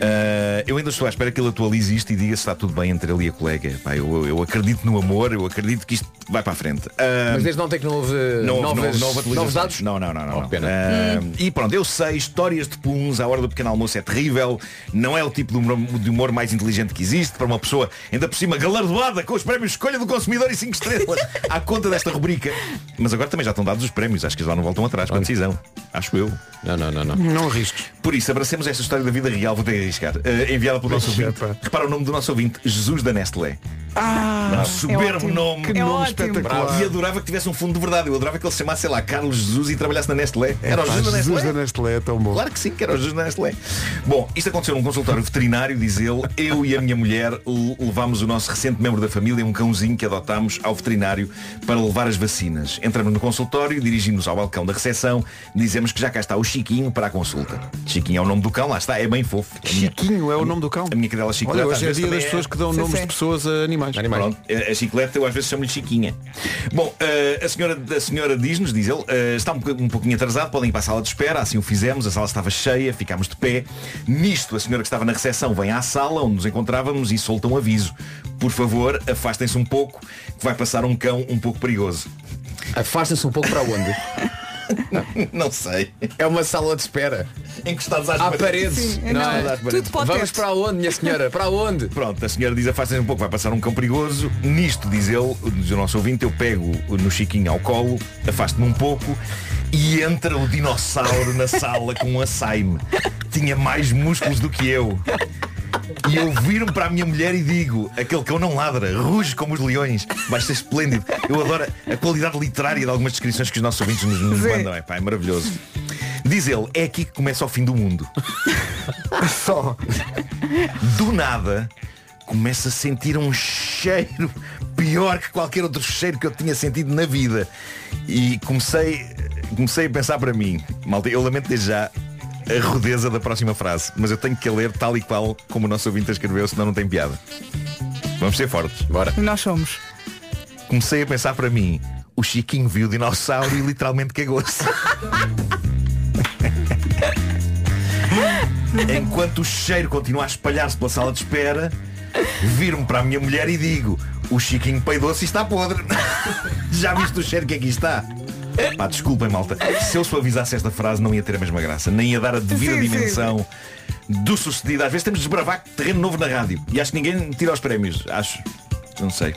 S10: Ah, eu ainda estou à espera que ele atualize isto e diga se está tudo bem entre ele e a colega. Pá, eu, eu- eu acredito no amor, eu acredito que isto vai para a frente. Ah,
S7: Mas desde ontem que não houve
S10: não, houve
S7: novas,
S10: novo- nova atualização.
S7: novos dados?
S10: Não, não, não. não,
S7: Oh,
S10: não.
S7: pena.
S10: Ah, e pronto, eu sei, histórias de puns à hora do pequeno almoço é terrível, não é o tipo de humor, de humor mais inteligente que existe para uma pessoa ainda por cima galardoada com os prémios Escolha do Consumidor e 5 estrelas à conta desta rubrica. Mas agora também já estão dados os prémios, acho que eles lá não voltam atrás com a decisão. Acho eu.
S7: Não, não, não, não.
S1: Não arrisques.
S10: Por isso, abracemos esta história da vida real, vou ter que arriscar. Eh, enviada pelo nosso
S1: Pois é,
S10: ouvinte.
S1: pá.
S10: Repara o nome do nosso ouvinte, Jesus da Nestlé. Ah, soberbo
S4: ótimo.
S10: nome.
S4: Que É nome ótimo.
S1: espetacular.
S10: E adorava que tivesse um fundo de verdade. Eu adorava que ele se chamasse, sei lá, Carlos Jesus e trabalhasse na Nestlé.
S1: É,
S10: Era o
S1: pá,
S10: Jesus da
S1: Jesus
S10: Nestlé.
S1: da Nestlé é tão bom.
S10: Claro que sim, que era o Jesus da Nestlé. Bom, isto aconteceu num consultório veterinário, diz ele. Eu e a minha mulher l- levámos o nosso recente membro da família, um cãozinho que adotámos, ao veterinário para levar as vacinas. Entramos no consultório, dirigimos ao balcão da recepção, dizemos que já cá está o Chiquinho para a consulta. Chiquinho é o nome do cão, lá está, é bem fofo. A minha-
S1: Chiquinho é o nome do cão.
S10: A minha cadela Chiquinho.
S1: Olha,
S10: lá está,
S1: hoje é
S10: mas
S1: dia
S10: também
S1: das
S10: é-
S1: pessoas que dão
S4: Sim,
S1: nomes
S4: sim.
S1: de pessoas a animais.
S7: Animais.
S10: Pronto, Pronto, a, a chicleta eu às vezes chamo-lhe Chiquinha. Bom, eh, a senhora, a senhora diz-nos, diz ele, eh, está um, boc- um pouquinho atrasado, podem ir para a sala de espera, assim o fizemos, a sala estava cheia, ficámos de pé. Nisto, a senhora que estava na recepção vem à sala onde nos encontrávamos e solta um aviso. Por favor, afastem-se um pouco, que vai passar um cão um pouco perigoso.
S7: Afastem-se um pouco para onde?
S10: Não sei.
S7: É uma sala de espera.
S10: Encostados às
S7: Há
S10: paredes.
S7: paredes.
S4: Sim,
S7: não
S4: não,
S7: é?
S4: tudo pode
S7: Vamos
S4: ter.
S7: para onde, minha senhora? Para onde?
S10: Pronto, a senhora diz afastem-se um pouco, vai passar um cão perigoso. Nisto, diz ele, diz o nosso ouvinte, eu pego no Chiquinho ao colo, afasto-me um pouco e entra o dinossauro na sala com um açaime. Tinha mais músculos do que eu. E eu viro-me para a minha mulher e digo Aquele cão não ladra, ruge como os leões Vai ser esplêndido Eu adoro a qualidade literária de algumas descrições Que os nossos ouvintes nos, nos
S4: Sim.
S10: mandam é, pá, é maravilhoso Diz ele, é aqui que começa o fim do mundo
S1: Só.
S10: do nada começo a sentir um cheiro pior que qualquer outro cheiro que eu tinha sentido na vida e comecei comecei a pensar para mim malta eu lamento desde já a rudeza da próxima frase mas eu tenho que a ler tal e qual como o nosso ouvinte a escreveu senão não tem piada vamos ser fortes bora
S4: E nós somos.
S10: comecei a pensar para mim o Chiquinho viu o dinossauro e literalmente cagou-se Enquanto o cheiro continua a espalhar-se pela sala de espera, viro-me para a minha mulher e digo, o Chiquinho peidou-se e está podre. Já viste o cheiro que aqui está? Pá, desculpem, malta. Se eu suavizasse esta frase não ia ter a mesma graça. Nem ia dar a devida
S4: Sim, sim.
S10: dimensão do sucedido. Às vezes temos de desbravar terreno novo na rádio. E acho que ninguém tira os prémios. Acho. Não sei.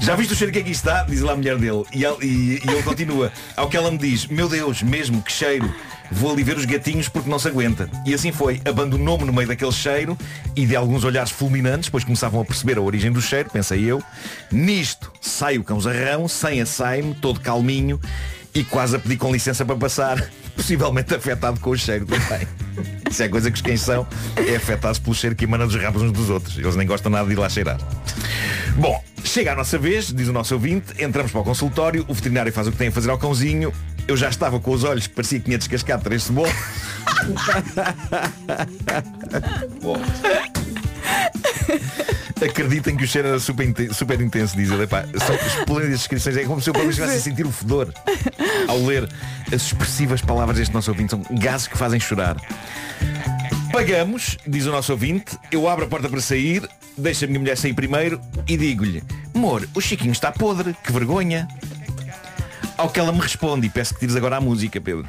S10: Já viste o cheiro que aqui está? Diz lá a mulher dele. E ele, e- e ele continua. Ao que ela me diz, meu Deus, mesmo que cheiro. Vou ali ver os gatinhos porque não se aguenta. E assim foi. Abandonou-me no meio daquele cheiro e de alguns olhares fulminantes, pois começavam a perceber a origem do cheiro, pensei eu. Nisto, sai o cãozarrão, sem açaime, todo calminho e quase a pedir com licença para passar, possivelmente afetado com o cheiro também. Isso é coisa que os cães são, é afetados pelo cheiro que emana dos rabos uns dos outros. Eles nem gostam nada de ir lá cheirar. Bom, chega a nossa vez, diz o nosso ouvinte, entramos para o consultório, o veterinário faz o que tem a fazer ao cãozinho, eu já estava com os olhos que parecia que tinha descascado três cebolas. Bom. Acreditem que o cheiro era super, inten- super intenso, diz ele. Epá, são esplêndidas descrições. É como se eu próprio estivesse a sentir o fedor ao ler as expressivas palavras deste nosso ouvinte. São gases que fazem chorar. Pagamos, diz o nosso ouvinte, eu abro a porta para sair, deixo a minha mulher sair primeiro e digo-lhe, amor, o Chiquinho está podre, que vergonha. Ao que ela me responde, e peço que tires agora a música, Pedro.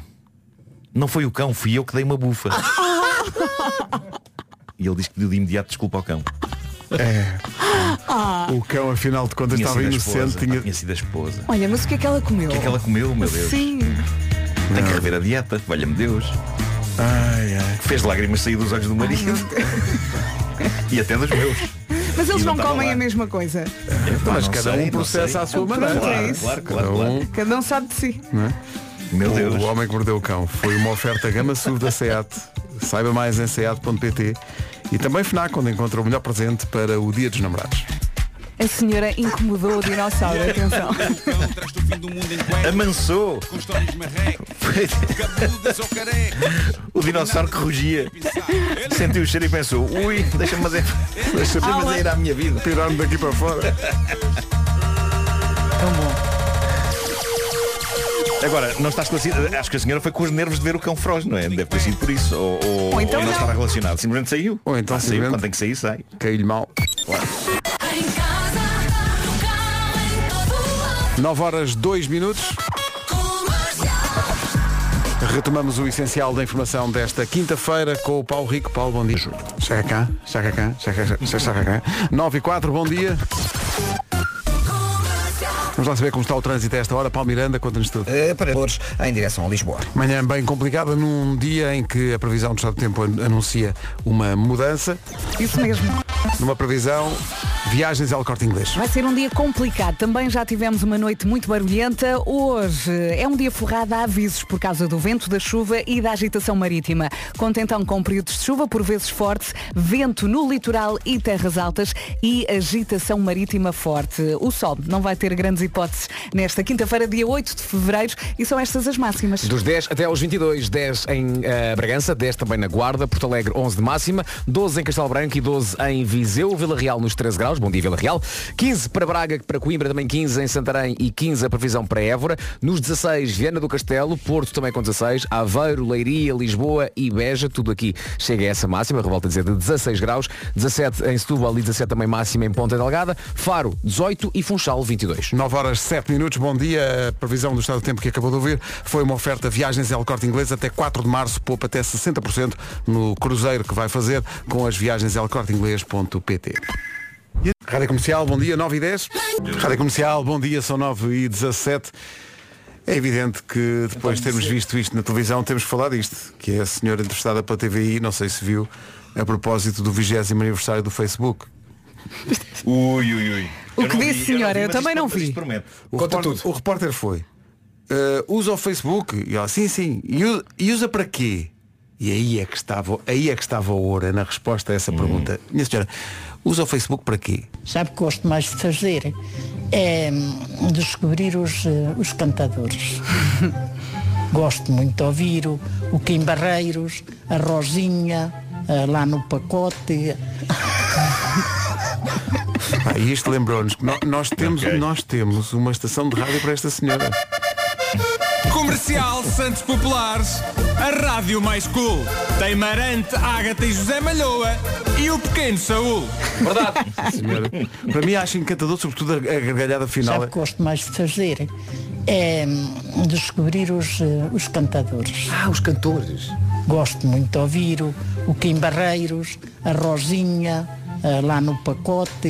S10: Não foi o cão, fui eu que dei uma bufa. e ele diz que deu de imediato desculpa ao cão.
S1: O cão, afinal de contas,
S10: Tinha
S1: estava
S10: sido a
S1: inocente.
S10: esposa, pá,
S1: Tinha...
S10: tinha sido a esposa.
S4: Olha, mas o que é que ela comeu?
S10: O que é que ela comeu, meu Deus?
S4: Sim.
S10: Tem que rever a dieta, valha-me Deus.
S1: Ai, ai.
S10: Fez lágrimas sair dos olhos do marido. e até dos meus.
S4: Mas eles
S10: Eu
S4: não
S10: estava
S4: comem
S10: lá.
S4: a mesma coisa.
S10: Pá,
S1: Mas
S10: não
S1: cada
S10: sei,
S1: um
S10: não
S1: processa
S10: sei.
S1: à sua
S4: Pronto,
S1: maneira.
S4: é
S10: Claro,
S4: isso.
S10: claro, claro,
S1: Cada um.
S10: claro.
S4: Cada um sabe de si.
S10: Meu Deus.
S1: O Homem que Mordeu o Cão foi uma oferta gama SUV da SEAT. Saiba mais em seat.pt e também FNAC, onde encontra o melhor presente para o Dia dos Namorados.
S4: A senhora incomodou o dinossauro, atenção.
S10: Amansou. o dinossauro que rugia. Sentiu o cheiro e pensou, ui, deixa-me fazer, deixa-me fazer a minha vida.
S1: Tirar-me daqui para fora.
S10: Agora, não está esclarecido. Acho que a senhora foi com os nervos de ver o cão froz, não é? Deve ter sido por isso. Ou, ou-
S4: Ou então
S10: ou
S4: não.
S10: estava relacionado. Simplesmente saiu.
S1: Ou então
S10: Ah, saiu.
S1: simplesmente-
S10: Quando tem que sair, sai.
S1: Caiu-lhe mal. 9 horas 2 minutos. Retomamos o essencial da informação desta quinta-feira com o Paulo Rico. Paulo, bom dia. Chega cá, chega cá, chega cá, chega cá. 9 e 4, bom dia. Vamos lá saber como está o trânsito a esta hora. Paulo Miranda, conta-nos tudo.
S3: Eh, para Lourdes, em direção a Lisboa.
S1: Manhã bem complicada num dia em que a previsão do estado do tempo an- anuncia uma mudança.
S4: Isso mesmo.
S1: Numa previsão, viagens ao corte inglês.
S4: Vai ser um dia complicado. Também já tivemos uma noite muito barulhenta. Hoje é um dia forrado a avisos por causa do vento, da chuva e da agitação marítima. Conta então com períodos de chuva, por vezes forte, vento no litoral e terras altas e agitação marítima forte. O sol não vai ter grandes hipóteses nesta quinta-feira, dia 8 de fevereiro, e são estas as máximas.
S7: Dos 10 até aos 22, 10 em eh, Bragança, 10 também na Guarda, Porto Alegre 11 de máxima, 12 em Castelo Branco e 12 em Viseu, Vila Real nos 13 graus, graus. Bom dia, Vila Real. 15 para Braga, para Coimbra também 15 em Santarém e 15 a previsão para Évora. Nos 16, Viana do Castelo, Porto também com 16, Aveiro, Leiria, Lisboa e Beja. Tudo aqui chega a essa máxima, revolta a dizer, de 16 graus. 17 em Setúbal e 17 também máxima em Ponta Delgada. Faro, 18 e Funchal, 22.
S1: 9 horas 7 minutos, bom dia. A previsão do estado do tempo que acabou de ouvir foi uma oferta viagens El Corte Inglês até 4 de março, poupa até 60% no cruzeiro que vai fazer com as viagens elcorteinglês.pt. Rádio Comercial, bom dia, 9 e 10. Rádio Comercial, bom dia, são 9 e 17. É evidente que depois de termos visto isto na televisão, temos que falar disto, que é a senhora entrevistada pela TVI, não sei se viu, a propósito do 20 aniversário do Facebook.
S10: Ui, ui, ui.
S4: O
S10: Eu
S4: que
S10: não
S4: disse,
S10: vi,
S4: senhora?
S10: vi,
S4: Eu
S10: mas
S4: também
S10: isto-
S4: não
S10: mas
S4: vi.
S10: isto promete.
S1: O, repórter, o repórter foi. "Ah, usa o Facebook? E ela, sim, sim. E, u- e usa para quê? E aí é que estava, aí é que estava a oura na resposta a essa pergunta. Minha senhora, usa o Facebook para quê?
S11: Sabe o que gosto mais de fazer? É hum, descobrir os, eh, os cantadores. gosto muito de ouvir o, o Kim Barreiros, a Rosinha, eh, lá no pacote.
S1: Pá, e isto lembrou-nos que no- nós temos, nós temos uma estação de rádio para esta senhora.
S12: Comercial Santos Populares, a rádio mais cool. Tem Marante, Ágata e José Malhoa e o pequeno Saúl. Tá Verdade.
S1: Senhora, Para mim acho encantador, sobretudo a a gargalhada final.
S11: Sabe o
S7: é-
S11: que gosto mais de fazer? É hum, descobrir os, eh, os cantadores.
S7: Ah, os cantores.
S11: Gosto muito de ouvir o, o Kim Barreiros, a Rosinha, eh, lá no pacote.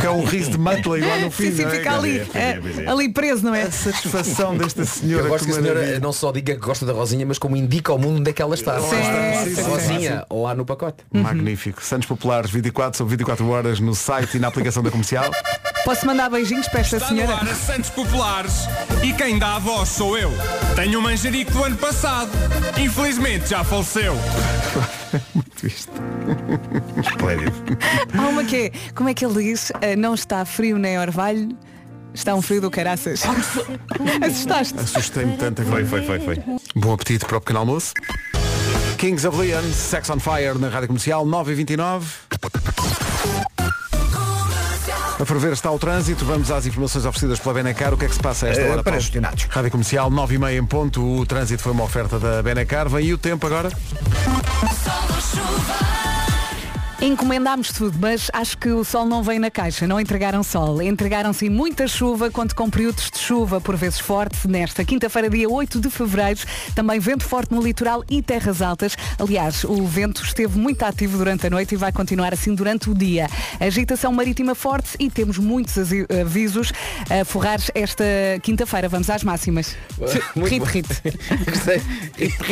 S1: Que é o riso de Mantley lá no fim.
S4: Sim, sim,
S1: não é?
S4: fica ali, eh, ali preso, não é? A
S1: satisfação desta senhora.
S7: Eu gosto que a
S1: que
S7: senhora
S1: maravilha.
S7: não só diga que gosta da Rosinha, mas como indica ao mundo onde é que ela está.
S1: Sim,
S7: Ela
S1: sim,
S7: está
S1: sim,
S7: Rosinha,
S1: sim.
S7: ou lá no pacote.
S1: Magnífico. Santos Populares 24 sobre 24 horas no site e na aplicação da comercial.
S4: Posso mandar beijinhos para esta
S12: Está no
S4: senhora?
S12: ar a Santos Populares e quem dá a voz sou eu. Tenho um manjerico do ano passado. Infelizmente já faleceu.
S4: Há uma que é, como é que ele diz? Eh, Não está frio nem orvalho, está um frio do caraças. Assustaste.
S1: Assustei-me tanto agora. Foi, foi, foi, foi. Bom apetite para o pequeno almoço. Kings of Leon, Sex on Fire na Rádio Comercial, 9h29. A ferver está o trânsito, vamos às informações oferecidas pela Benacar. O que é que se passa a esta
S3: Eh,
S1: hora?
S3: para
S1: Paulo? Rádio Comercial, 9h30 em ponto. O trânsito foi uma oferta da Benacar. Vem e o tempo agora?
S4: Encomendámos tudo, mas acho que o sol não veio na caixa, não entregaram sol. Entregaram-se muita chuva, quanto com períodos de chuva, por vezes forte, nesta quinta-feira, dia 8 de fevereiro. Também vento forte no litoral e terras altas. Aliás, o vento esteve muito ativo durante a noite e vai continuar assim durante o dia. Agitação marítima forte e temos muitos asi- avisos a forrar esta quinta-feira. Vamos às máximas. Rite, rite.
S7: Gostei.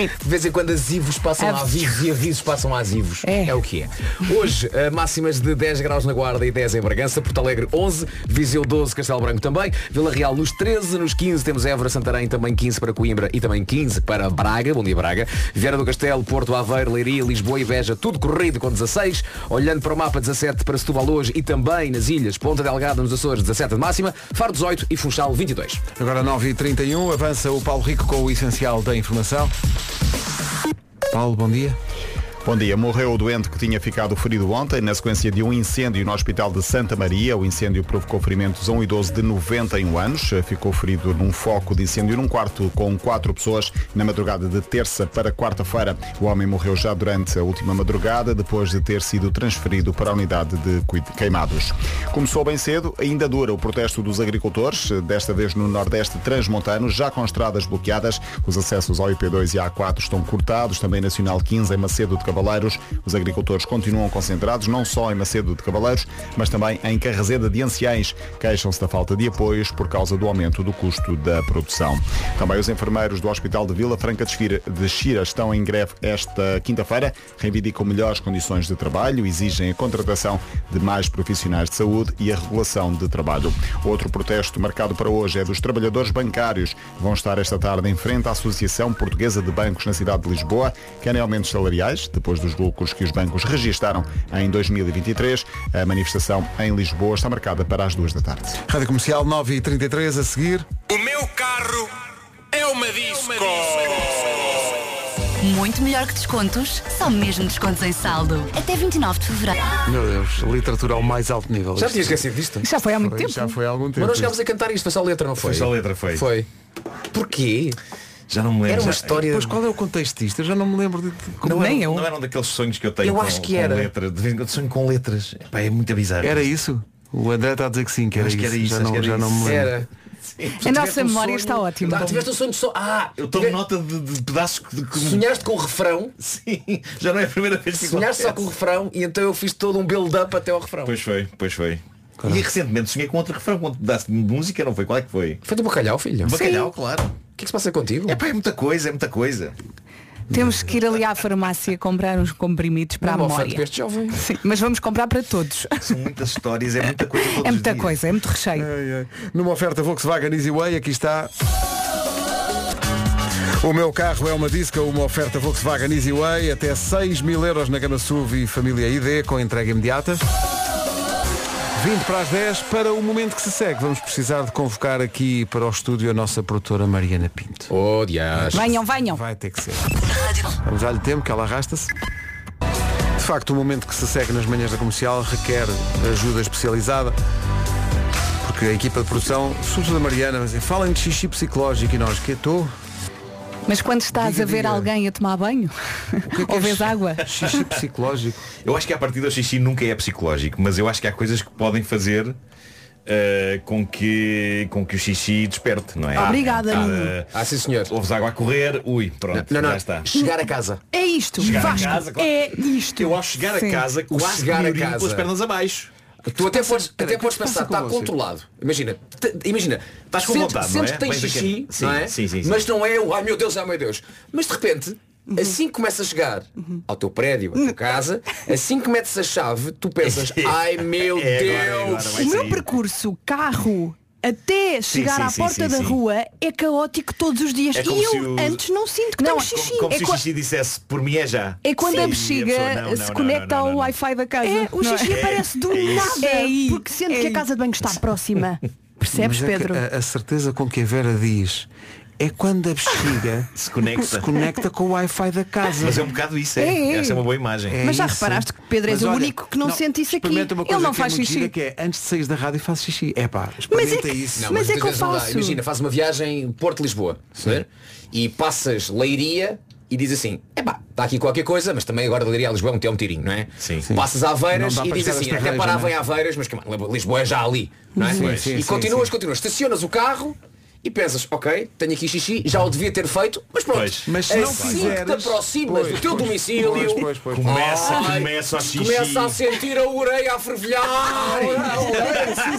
S7: De vez em quando asivos passam a avisos e avisos passam a asivos. É. o que é. Hoje, eh, máximas de 10 graus na Guarda e 10 em Bragança, Porto Alegre 11, Viseu 12, Castelo Branco também, Vila Real nos 13, nos 15 temos Évora, Santarém também 15 para Coimbra e também 15 para Braga, bom dia Braga, Vieira do Castelo, Porto Aveiro, Leiria, Lisboa e Beja, tudo corrido com 16, olhando para o mapa 17 para Setúbal hoje e também nas ilhas Ponta Delgada nos Açores 17 de máxima, Faro 18 e Funchal 22.
S1: Agora 9h31, avança o Paulo Rico com o essencial da informação. Paulo, bom dia.
S13: Bom dia. Morreu o doente que tinha ficado ferido ontem na sequência de um incêndio no Hospital de Santa Maria. O incêndio provocou ferimentos a um idoso de 91 anos. Ficou ferido num foco de incêndio num quarto com quatro pessoas na madrugada de terça para quarta-feira. O homem morreu já durante a última madrugada, depois de ter sido transferido para a unidade de cuid- queimados. Começou bem cedo, ainda dura o protesto dos agricultores, desta vez no Nordeste Transmontano, já com estradas bloqueadas. Os acessos ao IP2 e A4 estão cortados, também Nacional 15 em Macedo de Cavaleiros. Os agricultores continuam concentrados, não só em Macedo de Cavaleiros, mas também em Carrezeda de Anciães. Queixam-se da falta de apoios por causa do aumento do custo da produção. Também os enfermeiros do Hospital de Vila Franca de Xira- de Xira estão em greve esta quinta-feira. Reivindicam melhores condições de trabalho, exigem a contratação de mais profissionais de saúde e a regulação de trabalho. Outro protesto marcado para hoje é dos trabalhadores bancários. Vão estar esta tarde em frente à Associação Portuguesa de Bancos na cidade de Lisboa. Querem aumentos salariais, depois dos lucros que os bancos registaram em 2023. A manifestação em Lisboa está marcada para as duas da tarde.
S1: Rádio Comercial 9h33 a seguir.
S12: O meu carro é uma disco.
S14: Muito melhor que descontos, só mesmo descontos em saldo. Até 29 de fevereiro.
S1: Meu Deus, literatura ao mais alto nível.
S7: Já
S1: Isto-
S7: tinha esquecido disto?
S4: Já foi há muito tempo.
S1: Já foi há algum tempo.
S7: Mas nós chegámos a cantar isto, foi só letra, não foi?
S10: Foi só letra, foi.
S7: Foi. Porquê?
S10: Já não me lembro.
S7: Era uma
S10: Já-
S7: história.
S1: Pois qual é o contexto disto? Eu já não me lembro de de-
S10: Não
S1: como
S10: eram, Não eram daqueles sonhos que eu tenho
S1: Eu
S10: com,
S1: acho que
S10: com
S1: era.
S10: letra. De vez em quando sonho com letras. Epá, é muito bizarro.
S1: Era isso? O André está a dizer que sim, que era
S10: Acho
S1: isso.
S10: que era isso,
S1: já
S10: acho
S1: não,
S10: que era
S1: já não
S10: isso.
S1: me lembro.
S10: Era. um
S4: A nossa memória está ótima.
S7: Ah, tiveste um sonho de só. Ah,
S10: Então, Eu tomo nota de, de pedaço de que...
S7: Sonhaste com o refrão?
S10: Sim, já não é a primeira vez que
S7: Sonhaste só
S10: acontece.
S7: com o refrão e então eu fiz todo um build-up até ao refrão.
S10: Pois foi, pois foi. E recentemente sonhei com outro refrão, com outro pedaço de música, não foi? Qual é que foi?
S7: Foi do bacalhau, filho.
S10: Bacalhau,
S4: Sim.
S10: claro. O
S7: que é que se passa contigo?
S10: É pá, é muita coisa, é muita coisa.
S4: Temos que ir ali à farmácia comprar uns comprimidos para
S10: Uma
S4: a
S10: oferta
S4: memória.
S10: deste jovem.
S4: Sim, mas vamos comprar para todos.
S10: São muitas histórias, é muita coisa.
S4: É muita coisa, é muito recheio.
S1: Numa oferta Volkswagen Easyway, aqui está. O meu carro é uma disca, uma oferta Volkswagen Easyway, até 6 mil euros na gama SUV e família ID, com entrega imediata. 20 para as 10, para o momento que se segue, vamos precisar de convocar aqui para o estúdio a nossa produtora Mariana Pinto.
S7: Oh,
S4: Venham, venham.
S1: Vai ter que ser. Vamos dar-lhe tempo que ela arrasta-se. De facto, o momento que se segue nas manhãs da comercial requer ajuda especializada. Porque a equipa de produção, sobretudo a Mariana, mas falem de xixi psicológico e nós, que estou?
S4: Mas quando estás a ver alguém a tomar banho,
S10: é
S4: ou vês água,
S1: Xixi psicológico.
S10: Eu acho que a partir do xixi nunca é psicológico, mas eu acho que há coisas que podem fazer eh, com, que, com que o xixi desperte, não é?
S4: Obrigada,
S10: Ah,
S4: Nuno.
S10: ah, sim senhor. Ouves água a correr, ui, pronto,
S7: Não, não,
S10: já está.
S7: chegar a casa.
S4: é isto.
S10: Chegar a
S4: Vasco,
S10: casa, claro.
S4: é isto.
S10: Eu acho chegar
S4: Sim.
S10: a casa
S7: O
S10: quase
S7: chegar
S10: me
S7: a
S10: urino
S7: casa.
S10: com as pernas abaixo.
S7: Tu tá até podes, até podes
S1: que se
S7: pensar,
S1: passa com
S10: tá
S7: está
S1: você?
S7: controlado. Imagina, te- imagina,
S10: Estás com
S7: sentes-
S10: vontade, não
S7: sentes
S10: é?
S7: que tens
S10: Vens aqui.
S7: xixi,
S10: Sim,
S7: não é?
S10: sim, sim, Uhum. sim.
S7: Mas não é o ai meu Deus, ai meu Deus. Mas de repente, assim que começa a chegar
S10: Uhum.
S7: ao teu prédio, à tua casa, assim que metes a chave, tu pensas, ai meu
S10: É
S7: Deus.
S10: agora, é agora, vai
S15: O meu
S10: sair.
S15: percurso carro até
S10: Sim,
S15: chegar
S10: sim,
S15: à
S10: sim,
S15: porta
S10: sim,
S15: da
S10: sim.
S15: rua é caótico todos os dias.
S10: É como
S15: e eu
S10: se o-
S15: antes não sinto que
S4: Não,
S15: tenho
S4: é como-
S15: xixi.
S10: Como, como
S15: É
S10: se o
S15: qua-
S10: xixi dissesse, por mim é já.
S15: É quando a
S10: E
S15: bexiga
S10: pessoa, não, não,
S15: se
S10: não,
S15: conecta
S10: não, não,
S15: ao
S10: não.
S4: Wi-Fi da casa.
S15: É, o
S4: não é?
S15: xixi aparece do
S10: É isso.
S15: nada.
S4: É aí,
S15: porque sente
S4: é
S15: que a
S4: aí.
S15: casa de banho está próxima. Percebes,
S1: Mas é que
S15: Pedro?
S10: eh,
S1: a, a certeza com que a Vera diz é quando a bexiga
S10: Se conecta.
S1: se conecta com o Wi-Fi da casa.
S10: Mas é um bocado isso, é.
S15: É, é.
S10: Essa é uma boa imagem.
S15: Mas já
S1: isso.
S15: reparaste que Pedro és
S1: Mas
S15: o
S1: olha,
S15: único que não, sente isso aqui.
S1: Experimenta uma coisa
S15: Ele não
S1: que é
S15: faz
S1: muito gira,
S15: xixi.
S1: que é antes de saíres da rádio faz xixi. É pá,
S15: Mas é
S1: experimenta
S15: que-
S1: isso.
S7: Não,
S15: Mas é
S7: muitas
S15: que eu
S7: vezes não dá.
S15: faço.
S7: Imagina, faz uma viagem Porto-Lisboa né? e passas Leiria e diz assim, epá, está aqui qualquer coisa, mas também agora de Leiria a Lisboa é um, é um tirinho, não é?
S10: Sim.
S7: Passas a Aveiras
S1: Não dá
S7: e
S1: para
S7: diz
S1: chegar
S7: assim,
S1: às
S7: até
S1: Terreiras,
S7: parava
S1: não é?
S7: em Aveiras, mas come on, Lisboa é já ali, não é?
S1: Sim,
S7: Pois.
S1: sim,
S7: e
S1: sim,
S7: continuas,
S1: sim.
S7: continuas, estacionas o carro e pensas, ok, tenho aqui xixi, já o devia ter feito, mas pronto,
S10: Pois.
S1: Mas se
S7: assim
S1: não
S7: que
S1: fizeres-
S7: te aproximas
S1: Pois,
S7: do teu
S1: pois,
S7: domicílio,
S1: pois, pois, pois.
S10: Começa,
S7: ai,
S10: começa a xixi.
S7: começa a sentir a ureia a fervilhar. a ureia.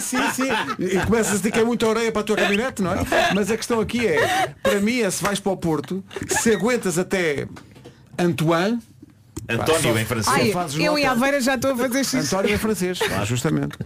S1: sim, sim, sim. E começas a dizer que é muita orelha para a tua caminhonete, não é? Mas a questão aqui é, para mim é se vais para o Porto, se aguentas até Antoine,
S10: António em
S4: Ai,
S10: francês.
S1: fazes
S4: eu
S1: nota.
S4: e a Aveira já estou a fazer xixi.
S1: António é francês. Ah, justamente.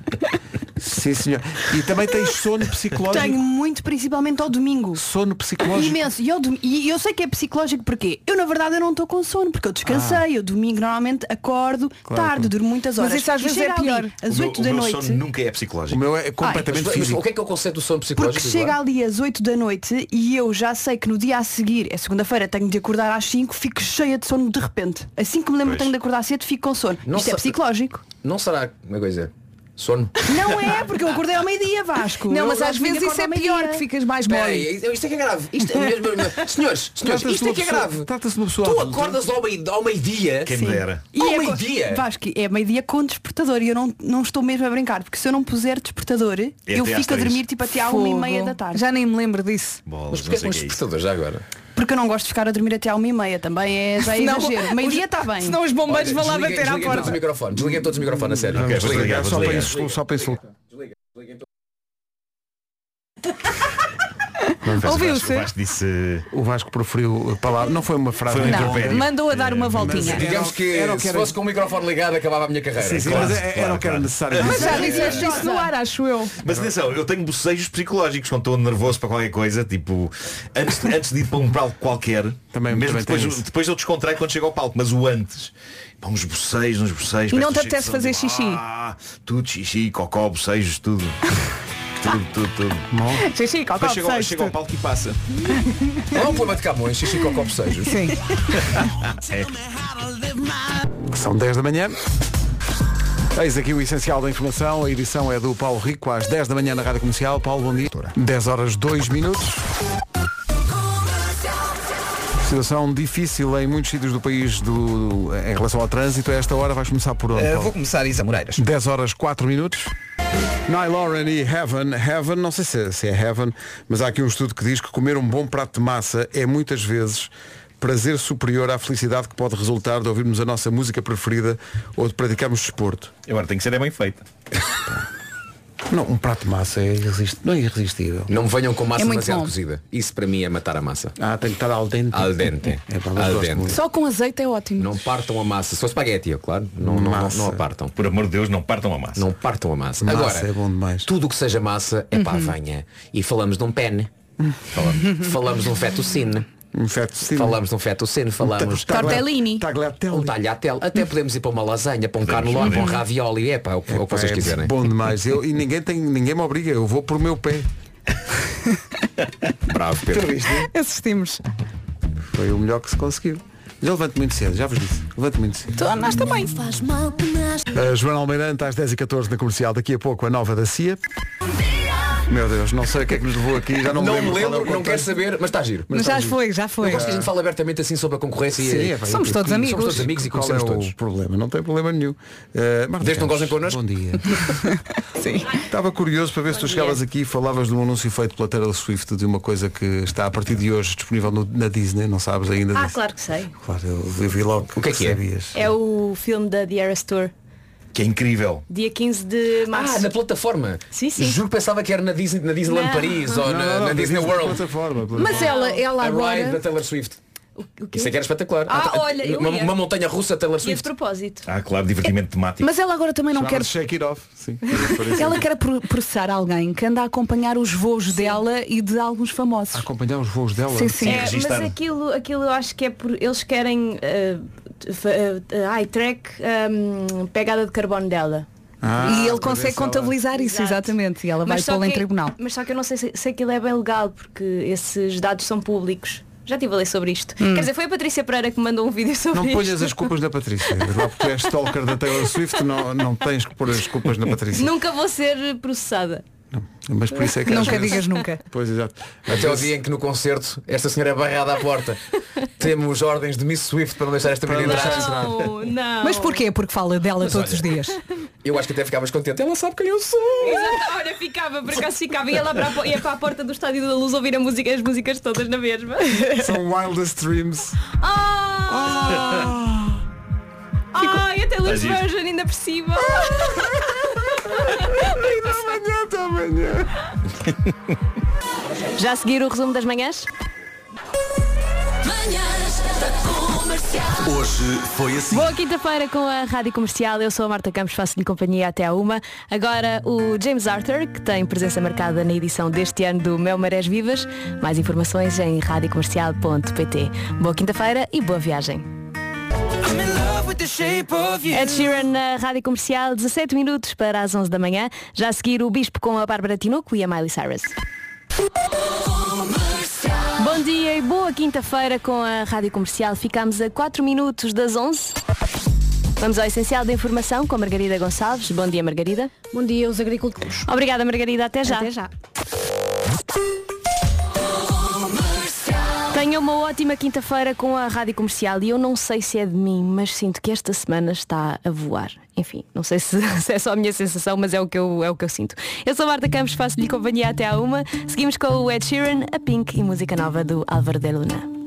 S1: Sim, senhor. E também tens sono psicológico.
S15: Tenho muito, principalmente ao domingo.
S1: Sono psicológico.
S15: Imenso. E eu, dom- e eu sei que é psicológico porque eu na verdade eu não estou com sono, porque eu
S4: Ah.
S15: descansei, eu domingo normalmente acordo
S1: Claro,
S15: tarde,
S1: claro.
S15: durmo muitas horas.
S4: isso às
S15: E
S4: vezes é
S15: chega ali
S4: pior.
S15: Às
S10: o meu,
S15: 8
S10: o
S15: da
S10: meu
S15: noite.
S10: sono nunca é psicológico.
S1: O meu é
S7: Mas,
S1: completamente
S7: mas
S1: físico.
S7: o que é que é o conceito do sono psicológico?
S15: Porque
S7: Eduardo?
S15: chega ali às 8 da noite e eu já sei que no dia a seguir, é segunda-feira, tenho de acordar às 5, fico cheia de sono de repente. Assim que me lembro
S10: Pois.
S15: que tenho de acordar cedo, fico com sono.
S7: Não
S15: Isto é
S7: sei-
S15: psicológico.
S7: Não será é uma coisa. Sono.
S15: Não é, porque eu acordei ao meio-dia, Vasco.
S4: Não,
S15: Eu
S4: mas às
S15: gosto de
S4: vezes isso
S15: acordar
S4: é
S15: ao
S4: pior,
S15: meio-dia.
S4: que ficas mais
S7: Espera
S4: mole.
S7: aí, isto é que é grave. Isto é mesmo. senhores, senhores,
S1: Trata-se de
S7: isto é
S1: uma
S7: que é
S1: pessoa-
S7: grave.
S1: Trata-se de uma pessoa
S7: Tu
S1: adulta.
S7: acordas ao meio- ao meio-dia.
S10: Quem me dera.
S15: E
S7: Ao
S15: é co-
S7: meio-dia.
S15: Vasco, é meio-dia com despertador e eu não, não estou mesmo a brincar, porque se eu não puser despertador, eu
S10: até às
S15: fico a
S10: três.
S15: dormir tipo até à
S4: Fogo.
S15: uma e meia da tarde.
S4: Já nem me lembro disso.
S10: Bolas,
S7: Mas
S10: não
S7: porquê
S10: sei
S7: com
S10: o
S7: os
S10: que é isso.
S7: despertadores já agora?
S15: Porque eu não gosto de ficar a dormir até à uma e meia também, é já é
S4: Senão-
S15: exagero. Meio-dia está
S10: tá,
S15: bem.
S4: Senão os bombeiros vão lá
S7: desliguem-
S4: bater à
S7: desliguem todos o
S4: porta.
S7: microfone. Desliguem todos o microfone, a sério.
S10: Ok, vou
S7: Desliguem.
S10: desligar,
S1: Só
S10: vou
S1: para,
S10: desligar.
S1: insul, só para insultar.
S10: O
S4: Ouviu-se?
S10: Vasco disse.
S1: O Vasco proferiu a palavra. Não foi uma frase.
S10: Foi um
S1: muito
S10: intervento.
S1: longa.
S10: Interfere.
S4: Não, mandou a dar uma voltinha.
S1: Mas-
S7: Digamos que,
S1: Era o que
S7: se
S1: era-
S7: fosse com o microfone ligado acabava a minha carreira.
S1: Sim, sim,
S10: Claro,
S1: mas era
S10: claro,
S1: o que era
S10: claro.
S1: necessário.
S4: Mas já disseste isso no ar, acho eu.
S10: Mas atenção, eu tenho bocejos psicológicos quando estou nervoso para qualquer coisa, tipo, antes, antes de ir para um palco qualquer,
S1: Também-
S10: mesmo
S1: também
S10: que depois,
S1: tenho isso.
S10: depois eu descontraio quando chego ao palco, mas o antes, pá, uns bocejos, uns bocejos.
S4: E não
S10: parece
S4: te
S10: que eu
S4: apetece
S10: chego só,
S4: fazer xixi?
S10: Ah, tudo xixi, cocó, bocejos, tudo. Tudo, tudo, tudo.
S15: Xixi, cocó,
S10: Depois chega, ao-
S15: sexto.
S10: chega ao palco e passa.
S7: Não é um problema de Camões, xixi com copo sejos.
S15: Sim.
S1: São 10 da manhã. Eis aqui o essencial da informação. A edição é do Paulo Rico às 10 da manhã na Rádio Comercial. Paulo, bom dia. 10 horas 2 minutos. Situação difícil em muitos sítios do país do, em relação ao trânsito. A esta hora vais começar por onde?
S3: Eh,
S1: Paulo?
S3: vou começar Isa Moreiras.
S1: 10 horas 4 minutos. Nyloren e Heaven, Heaven, não sei se, se é Heaven, mas há aqui um estudo que diz que comer um bom prato de massa é muitas vezes prazer superior à felicidade que pode resultar de ouvirmos a nossa música preferida ou de praticarmos desporto.
S10: Agora tem que ser é bem feita.
S1: Não, um prato de massa é, irresist... não é irresistível.
S7: Não venham com massa
S4: É muito
S7: demasiado
S4: bom.
S7: cozida. Isso para mim é matar a massa.
S1: Ah, tem que estar al dente. É
S7: Al dente. al dente.
S4: Só com azeite é ótimo.
S7: Não partam a massa. Só espaguete, é claro. Não, não, não,
S1: Massa.
S7: não a partam.
S10: Por amor de Deus, não partam a massa.
S7: Não partam a massa.
S1: Massa
S7: Agora,
S1: é bom demais.
S7: tudo o que seja massa é
S4: Uhum.
S7: para a venha. E falamos de um pene. Falamos, falamos de um fetocine.
S1: Um fetocine.
S7: Falamos de um fetocine. Falamos
S1: Tá,
S15: Tortellini.
S7: um talhatel. Até podemos ir para uma lasanha, para um
S1: Podemos,
S7: carnelone, para um
S1: podemos.
S7: ravioli. É para o que o que vocês
S1: Pá, é
S7: quiserem.
S1: Bom demais. Eu, e ninguém, tem, ninguém me obriga, eu vou por meu pé.
S7: Bravo,
S4: Assistimos.
S1: Foi o melhor que se conseguiu. Mas eu levanto muito cedo, já vos disse. Levanto muito cedo.
S4: Tu andaste também.
S1: A Joana Almeirante às 10h14 na comercial, daqui a pouco a nova da CIA.
S5: um
S1: Meu Deus, não sei o que é que nos levou aqui, já não,
S7: Não
S1: me lembro.
S7: me lembro,
S1: qual é o
S7: não
S1: contexto.
S7: quero saber, mas está giro.
S4: Mas
S7: está
S4: já
S7: giro.
S4: foi, já foi.
S7: Eu gosto que a gente fala abertamente assim sobre a concorrência
S1: Sim,
S7: e
S1: é, pá,
S4: Somos
S1: e-
S4: todos
S1: e-
S4: amigos.
S7: somos todos amigos e
S1: Qual
S7: conhecemos
S1: é
S7: todos.
S1: o problema? Não tem problema nenhum. Uh, Marta
S7: Desde que não
S1: Campos,
S7: gozem connosco.
S1: Bom dia.
S4: Sim.
S1: Estava curioso para ver se tu chegavas aqui e falavas de um anúncio feito pela Taylor Swift de uma coisa que está a partir de hoje disponível no- na Disney, não sabes ainda
S16: Ah,
S1: disso?
S16: claro que sei.
S1: Claro, eu vi logo o que é que sabias.
S16: É o filme da The Eras Tour,
S10: Que é incrível.
S16: dia 15 de março.
S7: Ah, na plataforma.
S16: Sim, sim.
S7: Juro que pensava que era na, Disney, na Disneyland
S16: Não.
S7: Paris ou
S1: Não,
S7: na,
S1: não,
S7: na
S1: não, Disney
S7: Disney World.
S1: plataforma,
S4: Mas ela, ela
S7: a Ride da
S4: agora.
S7: Taylor Swift. Isso é que era espetacular.
S16: Ah,
S7: tá-
S16: olha, eu
S7: uma,
S16: ia.
S7: uma montanha russa Taylor
S16: E a de
S7: Swift.
S16: propósito.
S10: Ah, claro, divertimento temático.
S4: Mas ela agora também não quer.
S1: Chama-se Shake it off. Sim.
S4: Ela quer pro- processar alguém que anda a acompanhar os voos dela e de alguns famosos.
S1: Acompanhar os voos
S7: Ah,
S1: dela.
S4: Sim, sim.
S16: É, mas aquilo, aquilo eu acho que é por. Eles querem. ah, fa- ah, ai, track ah, pegada de carbono dela.
S1: Ah,
S7: Ah,
S4: e ele consegue contabilizar isso, exatamente. E ela vai
S16: Mas só
S4: pô-la em
S16: que-
S4: tribunal.
S16: Mas só que eu não sei se, se aquilo é bem legal, porque esses dados são públicos. Já estive a ler sobre isto.
S1: Hum.
S16: Quer dizer, foi a Patrícia Pereira que me mandou um vídeo sobre
S1: Não
S16: isto.
S1: ponhas as culpas na Patrícia. Lá porque tu és stalker da Taylor Swift, não, não tens que pôr as culpas na Patrícia.
S16: Nunca vou ser processada.
S1: Mas por isso é que às
S16: Nunca
S1: vezes-
S16: digas nunca.
S1: Pois exato. Às
S7: Até o
S1: vezes-
S7: dia em que no concerto esta senhora é barrada à porta. Temos ordens de Miss Swift para não deixar esta menina entrar.
S16: Não, não.
S4: Mas porquê? Porque fala dela
S7: Mas
S4: todos
S7: olha.
S4: os dias.
S7: Eu acho que até ficavas contente. Ela sabe quem eu sou.
S16: Exato, olha, ficava, por acaso ficava, ia lá para a, po- ia para a porta do Estádio da Luz ouvir a música, as músicas todas na mesma.
S1: São wildest dreams.
S16: Ah! Ai, até Luz
S1: Faz isto.
S16: Virgin ainda por cima.
S1: amanhã, até amanhã.
S16: Já a seguir o resumo das manhãs?
S6: Hoje foi assim.
S16: Boa quinta-feira com a Rádio Comercial, eu sou a Marta Campos, faço-lhe companhia até à uma. Agora o James Arthur, que tem presença marcada na edição deste ano do Mel Marés Vivas. Mais informações em radiocomercial.pt. Boa quinta-feira e boa viagem. Ed Sheeran na Rádio Comercial, 17 minutos para as 11 da manhã. Já a seguir o Bispo com a Bárbara Tinoco e a Miley Cyrus. Bom dia e boa quinta-feira com a Rádio Comercial. Ficamos a 4 minutos das 11. Vamos ao essencial da informação com a Margarida Gonçalves. Bom dia, Margarida.
S17: Bom dia, os agricultores.
S16: Obrigada, Margarida. Até já.
S17: Até já.
S16: Tenha uma ótima quinta-feira com a Rádio Comercial e eu não sei se é de mim, mas sinto que esta semana está a voar. Enfim, não sei se, se é só a minha sensação, mas é o que eu, é o que eu sinto. Eu sou a Marta Campos, faço-lhe companhia até à uma. Seguimos com o Ed Sheeran, a Pink e música nova do Álvaro de Luna.